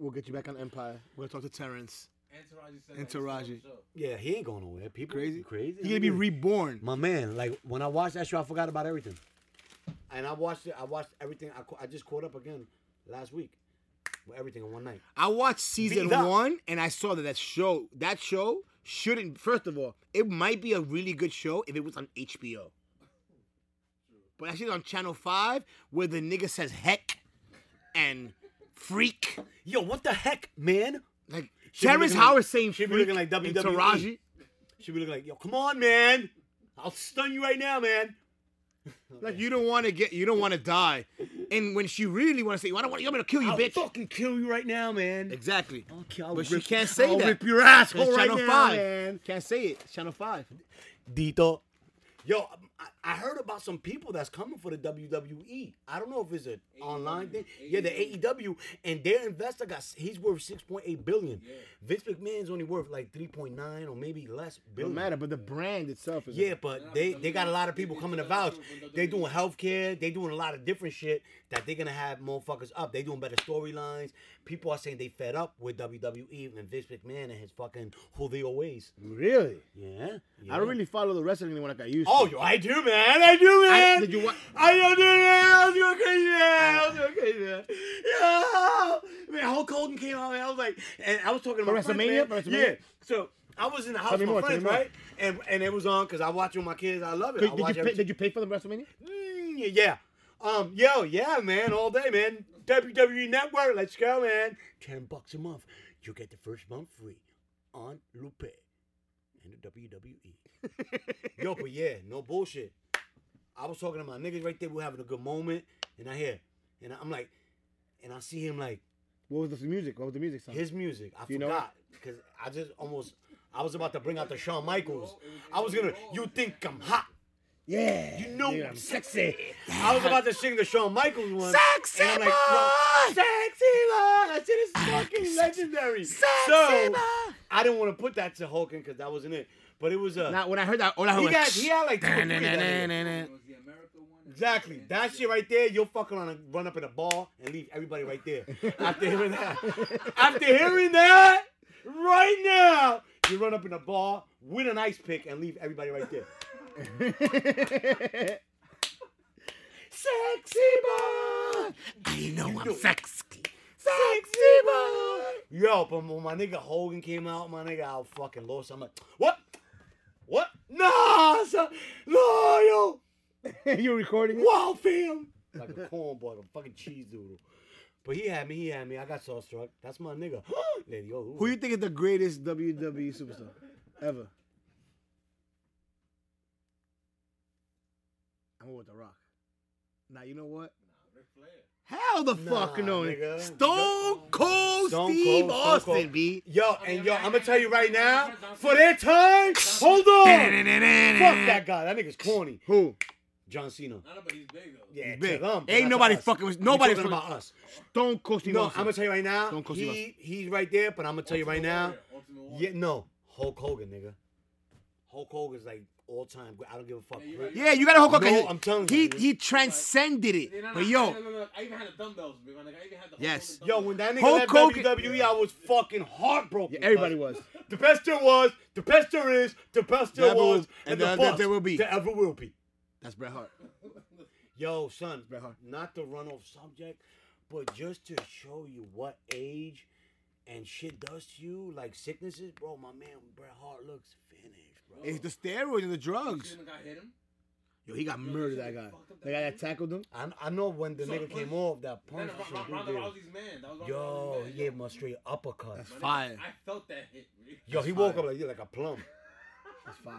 Speaker 2: We'll get you back on Empire. We're gonna talk to Terrence.
Speaker 5: Entourage said
Speaker 2: Entourage.
Speaker 5: Like, show.
Speaker 1: Yeah, he ain't going nowhere. People
Speaker 2: Crazy.
Speaker 1: crazy.
Speaker 2: He's gonna be reborn.
Speaker 1: My man, like when I watched that show, I forgot about everything. And I watched it. I watched everything. I, cau- I just caught up again last week with everything in one night.
Speaker 2: I watched season
Speaker 1: Beat up.
Speaker 2: one, and I saw that that show that show shouldn't. First of all, it might be a really good show if it was on HBO. But that shit's on Channel Five, where the nigga says "heck" and "freak."
Speaker 1: Yo, what the heck, man?
Speaker 2: Like
Speaker 1: She be
Speaker 2: Terrence
Speaker 1: looking like-
Speaker 2: Howard saying
Speaker 1: she be
Speaker 2: "freak"
Speaker 1: looking like E.
Speaker 2: and
Speaker 1: WWE.
Speaker 2: Taraji.
Speaker 1: She be looking like, yo, come on, man. I'll stun you right now, man.
Speaker 2: Like you don't want to get, you don't want to die, and when she really want to say, "I don't want you want me to kill you,
Speaker 1: I'll
Speaker 2: bitch."
Speaker 1: fucking kill you right now, man.
Speaker 2: Exactly.
Speaker 1: Okay, I'll
Speaker 2: But she
Speaker 1: rip-
Speaker 2: can't say
Speaker 1: I'll
Speaker 2: that.
Speaker 1: rip your asshole
Speaker 2: It's
Speaker 1: right
Speaker 2: Channel
Speaker 1: now,
Speaker 2: Five.
Speaker 1: man.
Speaker 2: Can't say it. It's Channel Five.
Speaker 1: Dito. Yo, I, I heard about some people that's coming for the WWE. I don't know if it's an online thing. Yeah, the AEW and their investor got he's worth six point eight billion. Vince McMahon's only worth like three point nine or maybe less
Speaker 2: Don't
Speaker 1: billion.
Speaker 2: matter, but the brand itself is.
Speaker 1: Yeah, but they, they got a lot of people coming to vouch. They doing healthcare. They doing a lot of different shit that they're gonna have motherfuckers up. They doing better storylines. People are saying they fed up with WWE and Vince McMahon and his fucking Julio ways.
Speaker 2: really.
Speaker 1: Yeah,
Speaker 2: I don't really follow the wrestling anymore like I used
Speaker 1: Oh,
Speaker 2: to.
Speaker 1: yo, I do, man. I do, man.
Speaker 2: I- did you wa-
Speaker 1: I don't do that. I was doing crazy, man. I was doing crazy, man. Yeah. Man, Hulk Hogan came out, and I was like, and I was talking to
Speaker 2: For
Speaker 1: my friends,
Speaker 2: WrestleMania?
Speaker 1: man.
Speaker 2: For WrestleMania?
Speaker 1: Yeah. So I was in the house
Speaker 2: Tell me
Speaker 1: with my
Speaker 2: more, tell
Speaker 1: friends,
Speaker 2: me more.
Speaker 1: right? And and it was on because I watch it with my kids. I love it.
Speaker 2: Could-
Speaker 1: I
Speaker 2: did,
Speaker 1: watch
Speaker 2: you pay,
Speaker 1: every-
Speaker 2: did you pay for the WrestleMania?
Speaker 1: Mm, yeah. Um, yo, yeah, man, all day, man. WWE Network, let's go, man. Ten bucks a month. You get the first month free on Lupe and the WWE. yo, but yeah, no bullshit. I was talking to my niggas right there. We are having a good moment, and I hear, and I'm like, and I see him like
Speaker 2: What was the music? What was the music sound?
Speaker 1: his music. I
Speaker 2: You know
Speaker 1: forgot because I just almost. I was about to bring out the Shawn Michaels. I was gonna. You think I'm hot?
Speaker 2: yeah.
Speaker 1: You know
Speaker 2: Yeah,
Speaker 1: I'm sexy. I was about to sing the Shawn Michaels one.
Speaker 2: Sexy
Speaker 1: and I'm like,
Speaker 2: boy!
Speaker 1: "Bro, Sexy boy! That shit is fucking legendary. so I didn't want to put that to Hogan because that wasn't it. But it was a.
Speaker 2: Now, when I heard that, all I heard
Speaker 1: he,
Speaker 2: was.
Speaker 1: got, he had like two or three that year.
Speaker 5: It was the America one. and-
Speaker 1: Exactly.
Speaker 5: and-
Speaker 1: That shit right there, you'll fucking run, run up in a ball and leave everybody right there. After hearing that. After hearing that, right now, you run up in a ball with an ice pick and leave everybody right there. Sexy boy!
Speaker 2: I know
Speaker 1: do
Speaker 2: I'm
Speaker 1: it.
Speaker 2: sexy.
Speaker 1: Sexy boy. Yo, but when my nigga Hogan came out, my nigga, I fucking lost. I'm like, what? What? Nah, son. loyal,
Speaker 2: you recording it?
Speaker 1: wild fam. Like a cornball, a fucking cheese doodle. But he had me, he had me. I got starstruck. That's my nigga. Lady, oh,
Speaker 2: Who you think is the greatest E WWE superstar ever? I went with The Rock. Now you know what?
Speaker 5: Ric Flair.
Speaker 2: Hell the
Speaker 1: Nah,
Speaker 2: fuck no!
Speaker 1: nigga.
Speaker 2: Stone Cold
Speaker 1: Stone
Speaker 2: Steve
Speaker 1: Cold, Stone
Speaker 2: Austin,
Speaker 1: Cold.
Speaker 2: b.
Speaker 1: Yo, and yo, I'm gonna tell you right now, for their time, hold on. Fuck that guy. That nigga's corny.
Speaker 2: Who?
Speaker 1: John Cena.
Speaker 5: I know, but he's big though.
Speaker 1: Yeah,
Speaker 2: He's big.
Speaker 1: to them, but
Speaker 2: Ain't
Speaker 1: not to
Speaker 2: nobody
Speaker 1: us.
Speaker 2: fucking with-
Speaker 1: You
Speaker 2: nobody
Speaker 1: talking
Speaker 2: fucking-
Speaker 1: about us.
Speaker 2: Stone Cold Steve
Speaker 1: No, I'm
Speaker 2: Austin.
Speaker 1: gonna tell you right now.
Speaker 2: Stone Cold Steve
Speaker 1: He, he's right there, but I'm gonna tell you right now.
Speaker 5: Ultimate
Speaker 1: Yeah,
Speaker 5: Warrior.
Speaker 1: no, Hulk Hogan, nigga. Hulk Hogan's like all time. I don't give a fuck.
Speaker 5: Yeah, you're right.
Speaker 2: Yeah, you gotta hook up.
Speaker 1: No,
Speaker 2: 'cause
Speaker 1: I'm telling
Speaker 2: he,
Speaker 1: you, dude.
Speaker 2: He transcended it.
Speaker 5: Yeah, no, no,
Speaker 2: But
Speaker 5: I-
Speaker 2: yo,
Speaker 5: no, no, no, I even had the dumbbells, man. Like, I even had the
Speaker 2: Yes.
Speaker 1: Yo, when that nigga
Speaker 2: Hulk
Speaker 1: left
Speaker 2: Hogan-
Speaker 1: WWE, I was fucking heartbroken.
Speaker 2: Yeah, everybody
Speaker 1: cuz.
Speaker 2: was.
Speaker 1: The best there was, the best there is, the best there
Speaker 2: Never
Speaker 1: was,
Speaker 2: was,
Speaker 1: and,
Speaker 2: and
Speaker 1: the,
Speaker 2: there-
Speaker 1: best
Speaker 2: there will be.
Speaker 1: There ever will be.
Speaker 2: that's Bret Hart.
Speaker 1: Yo, son,
Speaker 2: Bret Hart.
Speaker 1: not to run off subject, but just to show you what age and shit does to you, like sicknesses, bro. My man Bret Hart looks finished, bro.
Speaker 2: It's the steroids and the drugs.
Speaker 5: See when the guy hit him?
Speaker 2: Yo, he got murdered. That guy. The guy that tackled him.
Speaker 1: I, I know when the
Speaker 5: So
Speaker 1: nigga
Speaker 5: push.
Speaker 1: came off that
Speaker 5: Then
Speaker 1: punch.
Speaker 5: Ro-
Speaker 1: was
Speaker 5: Ro-
Speaker 1: so
Speaker 5: Ronda
Speaker 1: good.
Speaker 5: Rousey's man. That was Ronda
Speaker 1: Yo,
Speaker 5: Rousey's man.
Speaker 1: he gave him a straight uppercut.
Speaker 2: That's
Speaker 5: My nigga,
Speaker 2: fire.
Speaker 5: I felt that hit. man.
Speaker 1: Yo, he woke up like yeah, like a plum.
Speaker 2: That's fire.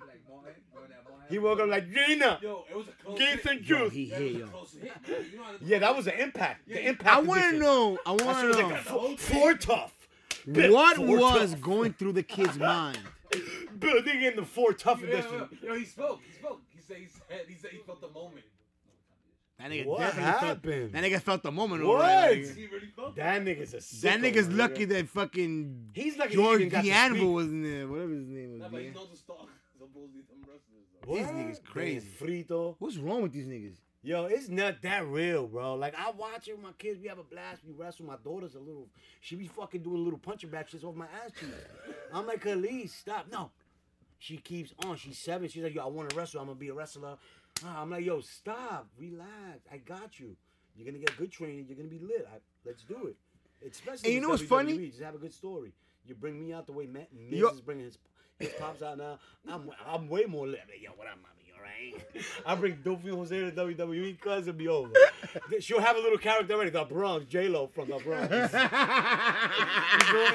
Speaker 5: Like, Mohan, when that Mohan-
Speaker 1: He woke up like Gina,
Speaker 5: Yo, it was a close
Speaker 1: get
Speaker 5: hit.
Speaker 1: some
Speaker 2: Yo,
Speaker 1: juice.
Speaker 2: he
Speaker 5: That
Speaker 2: hit
Speaker 5: was a
Speaker 2: yo.
Speaker 5: close hit, man. You know how to-
Speaker 1: Yeah, that was the impact. The impact.
Speaker 2: I want to
Speaker 1: edition.
Speaker 2: know. I
Speaker 1: That shit
Speaker 2: want
Speaker 1: was
Speaker 2: to
Speaker 1: like
Speaker 2: know
Speaker 1: a four, four tough. Bit
Speaker 2: what
Speaker 1: four
Speaker 2: was
Speaker 1: tough.
Speaker 2: going through the kid's mind.
Speaker 1: Bro, nigga in the four tough
Speaker 5: Yeah,
Speaker 1: edition.
Speaker 5: yeah, Yo, he spoke. He spoke. He said, he said, he said he felt the moment.
Speaker 2: That nigga
Speaker 1: What
Speaker 2: definitely
Speaker 1: happened?
Speaker 2: Felt, that nigga felt the moment.
Speaker 1: What?
Speaker 2: Over there, nigga.
Speaker 5: He really felt that.
Speaker 1: That nigga's a sicko,
Speaker 2: That nigga's
Speaker 1: nigga.
Speaker 2: lucky that fucking
Speaker 1: He's lucky he even
Speaker 2: George
Speaker 1: got
Speaker 2: the
Speaker 1: to
Speaker 2: Animal
Speaker 1: speak.
Speaker 2: was in there. Whatever his name
Speaker 5: Nah,
Speaker 2: was.
Speaker 5: but he's
Speaker 2: Man.
Speaker 5: known to stalk supposedly them wrestlers, though.
Speaker 2: These
Speaker 1: What?
Speaker 2: niggas crazy.
Speaker 1: They Frito.
Speaker 2: What's wrong with these niggas?
Speaker 1: Yo, it's not that real, bro. Like I watch it with my kids, we have a blast, we wrestle. My daughter's a little she be fucking doing little punching back shits off my ass cheeks. I'm like, Elise, stop. No. She keeps on. She's seven. She's like, yo, I want to wrestle. I'm gonna be a wrestler. Ah, I'm like, yo, stop, relax. I got you. You're gonna get good training, you're gonna be lit. I, let's do it. Especially
Speaker 2: And you
Speaker 1: with
Speaker 2: know what's funny?
Speaker 1: WWE, Just have a good story. You bring me out the way Matt Miz
Speaker 2: Yo-
Speaker 1: is bringing his his pops out now. I'm I'm way more lit. I'm like, yo, what up, mommy? You All right. I bring Dolphy Jose to WWE, cause it'll be over. Then She'll have a little character already. The Bronx, J Lo from the Bronx. She's gonna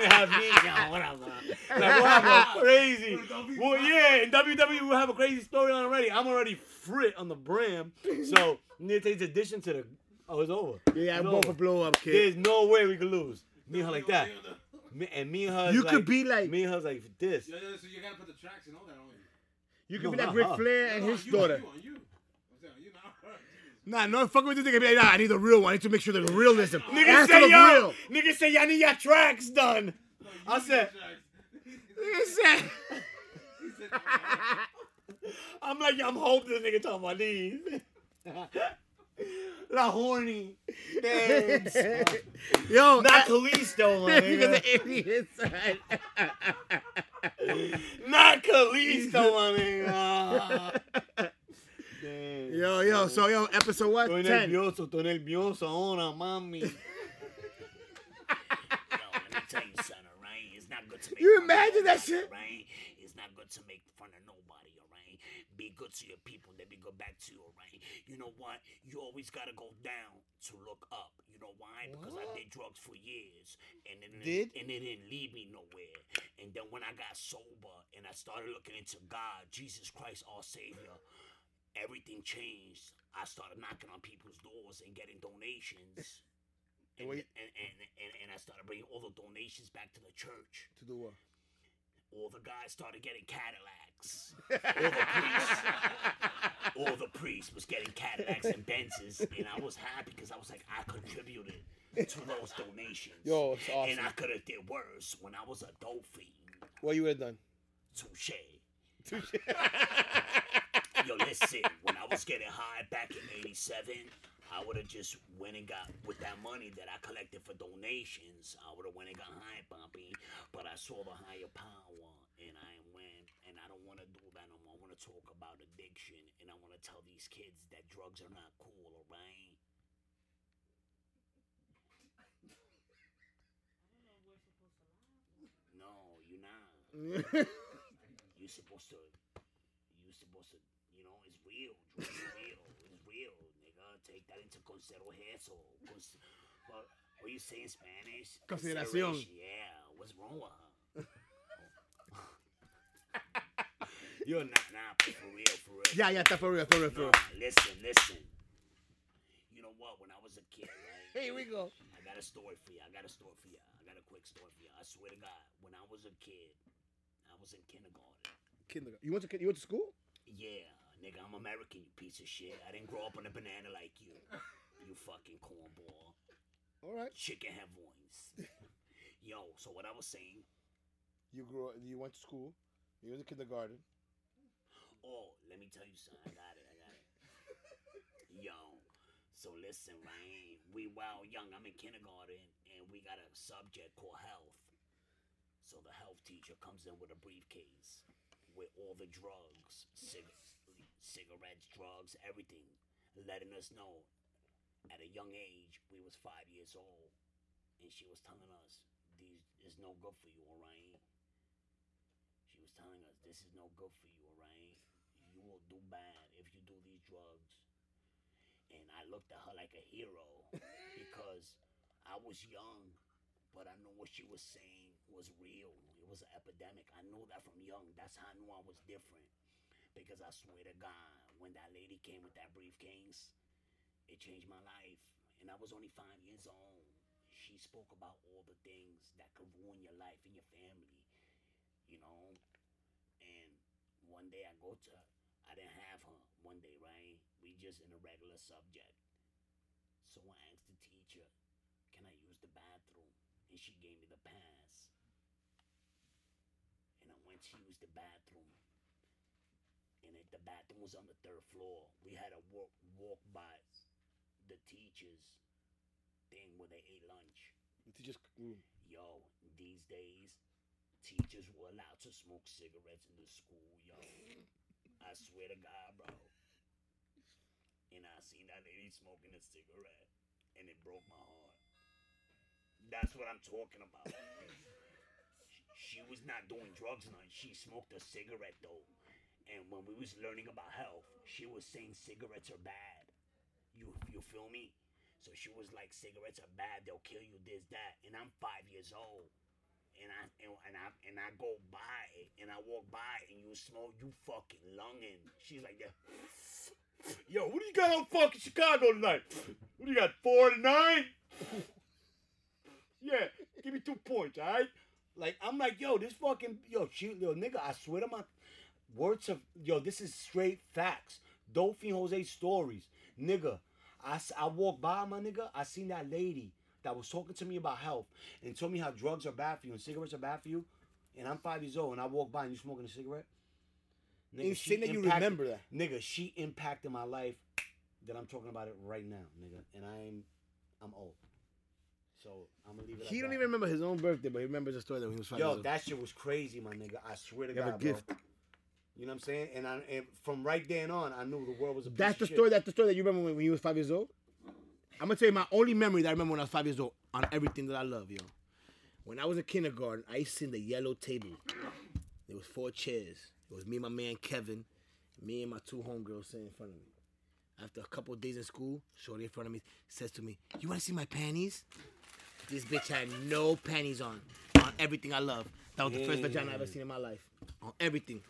Speaker 1: have me. Yo, what up, mom? Like, we'll have a crazy. Well, yeah, in WWE we'll have a crazy story on already. I'm already frit on the brim, so Nintendo's addition to the oh, it's over.
Speaker 2: Yeah,
Speaker 1: It's
Speaker 2: I'm both
Speaker 1: over.
Speaker 2: a blow up kid.
Speaker 1: There's no way we could lose. Me and her like that. Me, and me and her. is
Speaker 2: You
Speaker 1: like,
Speaker 2: could be like-
Speaker 1: me and her's like this.
Speaker 5: Yo, yo, so you gotta put the tracks and all that on you.
Speaker 2: You could be
Speaker 1: No,
Speaker 2: like
Speaker 1: uh-uh.
Speaker 2: Ric Flair and
Speaker 5: No,
Speaker 2: his
Speaker 5: you,
Speaker 2: daughter.
Speaker 5: You, on you. I'm saying, you not her. Jesus.
Speaker 2: Nah, no fucking with this nigga. Be like, nah, I need the real one. I need to make sure there's realness. in it. It
Speaker 1: Nigga
Speaker 2: has to
Speaker 1: say
Speaker 2: look
Speaker 1: yo.
Speaker 2: real.
Speaker 1: Nigga say y'all need your tracks done.
Speaker 5: No, you
Speaker 1: I
Speaker 5: need
Speaker 1: said-
Speaker 5: the tracks.
Speaker 2: Nigga said-
Speaker 5: he said, "Oh, "Nah,
Speaker 1: I'm like, I'm hoping this nigga talking about these. La horny. Thanks.
Speaker 2: Yo,
Speaker 1: Not
Speaker 2: I-
Speaker 1: Kalisto, my
Speaker 2: nigga's an
Speaker 1: nigga.
Speaker 2: idiot. son.
Speaker 1: Not Kalisto, my nigga. Damn.
Speaker 2: Yo, yo, so yo, episode what?
Speaker 1: Estoy
Speaker 2: Ten.
Speaker 1: nervioso, estoy nervioso ahora, mami. Yo, let me tell you something, all right? It's not good to make
Speaker 2: You
Speaker 1: fun of
Speaker 2: imagine that
Speaker 1: nobody,
Speaker 2: shit?
Speaker 1: all right? It's not good to make fun of nobody, all right? Be good to your people, they be good back to you, all right? You know what? You always gotta go down to look up. You know why? Because I did drugs for years, and it
Speaker 2: Did?
Speaker 1: and it didn't lead me nowhere. And then when I got sober and I started looking into God, Jesus Christ, our Savior everything changed. I started knocking on people's doors and getting donations. And,
Speaker 2: what
Speaker 1: and,
Speaker 2: you-
Speaker 1: and, and, and I started bringing all the donations back to the church.
Speaker 2: To do what?
Speaker 1: All the guys started getting Cadillacs. All the priests, all the priests was getting Cadillacs and Benzes, and I was happy because I was like, I contributed to those donations.
Speaker 2: Yo, it's
Speaker 1: And I
Speaker 2: awesome.
Speaker 1: could have did worse when I was a dope fiend.
Speaker 2: What you would have done?
Speaker 1: Touche. Yo, listen, when I was getting high back in 87, I would have just went and got, with that money that I collected for donations, I would have went and got high, Pompey. But I saw the higher power, and I went, and I don't want to do that no more. I want to talk about addiction, and I want to tell these kids that drugs are not cool, all right? No, you're not. You're supposed to. You're supposed to. You know, it's real. Drew, It's real. It's real, nigga. Take that into consideration. Cons- what, what you say in Spanish?
Speaker 2: Consideración.
Speaker 1: Consideration, Yeah. What's wrong with her?
Speaker 8: You're not nah for real, for real.
Speaker 2: Yeah, yeah, that's for real, for real, for
Speaker 8: Nah,
Speaker 2: real.
Speaker 8: listen, listen. You know what? When I was a kid, right?
Speaker 2: Here we go.
Speaker 8: I got a story for you. I got a story for you. I got a quick story for you. I swear to God, when I was a kid, I was in kindergarten.
Speaker 2: Kindergarten. You went to you went to school?
Speaker 8: Yeah, nigga, I'm American, you piece of shit. I didn't grow up on a banana like you. You fucking cornball.
Speaker 2: All right.
Speaker 8: Chicken have wings. Yo, so what I was saying,
Speaker 2: You grew up. You went to school. You went to kindergarten.
Speaker 8: oh, let me tell you something. I got it, I got it. Yo, so listen, right? We while young, I'm in kindergarten, and we got a subject called health. So the health teacher comes in with a briefcase with all the drugs, cig- cigarettes, drugs, everything, letting us know at a young age we was five years old, and she was telling us these is no good for you, alright? She was telling us this is no good for you, alright? You will do bad if you do these drugs. And I looked at her like a hero because I was young, but I knew what she was saying was real. It was an epidemic. I knew that from young. That's how I knew I was different. Because I swear to God, when that lady came with that briefcase, it changed my life. And I was only five years old. She spoke about all the things that could ruin your life and your family, you know? And one day I go to I didn't have her one day, right? We just in a regular subject. So I asked the teacher, can I use the bathroom? And she gave me the pass. And I went to use the bathroom. And it, the bathroom was on the third floor. We had a walk, walk by the teacher's thing where they ate lunch.
Speaker 2: The teacher's room.
Speaker 8: Yo, these days, teachers were allowed to smoke cigarettes in the school, yo. I swear to God, bro. And I seen that lady smoking a cigarette, and it broke my heart. That's what I'm talking about. she was not doing drugs none. She smoked a cigarette though. And when we was learning about health, she was saying cigarettes are bad. You you feel me? So she was like, cigarettes are bad. They'll kill you. This that. And I'm five years old. And I and, and I and I go by and I walk by and you smell you fucking lunging. She's like, yeah. yo, what do you got on fucking Chicago tonight? What do you got? Four to nine? yeah, give me two points, all right? Like I'm like, yo, this fucking yo, she, yo, nigga, I swear to my words of yo, this is straight facts. Dolphin Jose stories, nigga. I s- I walked by my nigga. I seen that lady that was talking to me about health and told me how drugs are bad for you and cigarettes are bad for you. And I'm five years old and I walk by and you smoking a cigarette. Nigga, she
Speaker 2: Insane that you
Speaker 8: impacted-
Speaker 2: remember that.
Speaker 8: Nigga, she impacted my life that I'm talking about it right now, nigga. And I'm I'm old. So I'm gonna leave it.
Speaker 2: He
Speaker 8: at
Speaker 2: don't
Speaker 8: that.
Speaker 2: even remember his own birthday, but he remembers the story that when he was five years
Speaker 8: Yo,
Speaker 2: old.
Speaker 8: that shit was crazy, my nigga. I swear to
Speaker 2: You have a
Speaker 8: God,
Speaker 2: gift.
Speaker 8: bro. You know what I'm saying? And I and from right then on, I knew the world was a. Piece
Speaker 2: That's the
Speaker 8: of shit.
Speaker 2: story. That's the story that you remember when, when you was five years old. I'm gonna tell you my only memory that I remember when I was five years old on everything that I love, yo. When I was in kindergarten, I used to seen the yellow table. There was four chairs. It was me and my man Kevin, me and my two homegirls sitting in front of me. After a couple of days in school, shorty in front of me says to me, "You want to see my panties?" This bitch had no panties on on everything I love. That was the first vagina I ever seen in my life. On everything.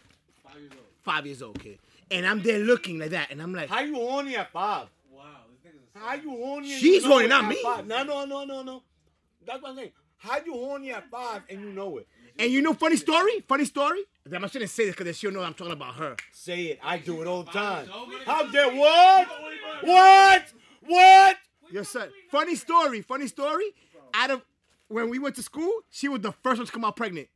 Speaker 4: Five years old.
Speaker 2: Five years old kid, and I'm there looking like that, and I'm like,
Speaker 8: How you horny at five?
Speaker 4: Wow, this nigga's a
Speaker 8: How you horny? and
Speaker 2: She's
Speaker 8: you know
Speaker 2: horny,
Speaker 8: it
Speaker 2: not
Speaker 8: at
Speaker 2: me.
Speaker 8: Five? No, no, no, no, no. That's what I'm saying. How you horny at five and you know it?
Speaker 2: And you know, funny story, funny story. Damn, I shouldn't say this because she'll know I'm talking about her.
Speaker 8: Say it. I do it all the time.
Speaker 4: Five years old?
Speaker 8: How dare what? What? What?
Speaker 2: Your son. Funny story, funny story. Out of when we went to school, she was the first one to come out pregnant.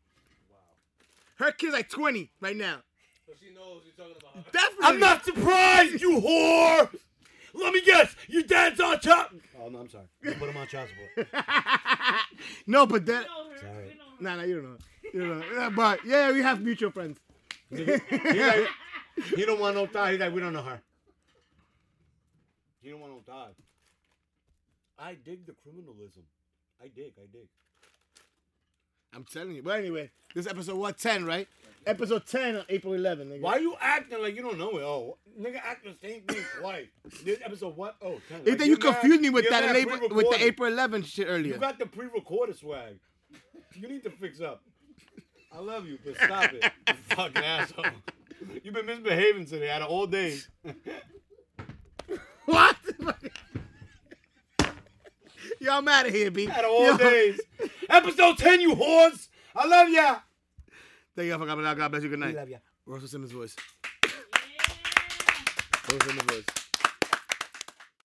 Speaker 2: Her kid's like 20 right now.
Speaker 4: So she knows you're talking about her.
Speaker 2: Definitely.
Speaker 8: I'm not surprised, you whore. Let me guess. You dance on top. Oh no, I'm sorry.
Speaker 1: You put him on child support.
Speaker 2: no, but that.
Speaker 7: know her. We know her.
Speaker 2: Nah, nah, you don't know. You don't know. Yeah, But yeah, we have mutual friends.
Speaker 8: He like, he don't want no thigh. He's like, we don't know her. He don't want no thigh. I dig the criminalism. I dig. I dig.
Speaker 2: I'm telling you. But anyway, this is episode what 10, right? Episode 10 on April 11. Nigga.
Speaker 8: Why you acting like you don't know it? Oh, nigga, act the same thing twice. This episode what? Oh, 10.
Speaker 2: If
Speaker 8: Like,
Speaker 2: you
Speaker 8: you're mad-
Speaker 2: confused me with
Speaker 8: you're
Speaker 2: that
Speaker 8: mad
Speaker 2: April, with
Speaker 8: pre-recorded.
Speaker 2: the April 11 shit earlier.
Speaker 8: You got the pre-recorded swag. You need to fix up. I love you, but stop it, you fucking asshole.
Speaker 1: You've been misbehaving today out of all days.
Speaker 2: What? Y'all mad at here, B.
Speaker 1: Out of all
Speaker 2: Yo,
Speaker 1: days. Episode 10, you whores. I love ya.
Speaker 2: Thank y'all for coming out. God bless you. Good night.
Speaker 1: ya.
Speaker 2: Russell Simmons voice.
Speaker 7: Yeah.
Speaker 2: Russell Simmons voice.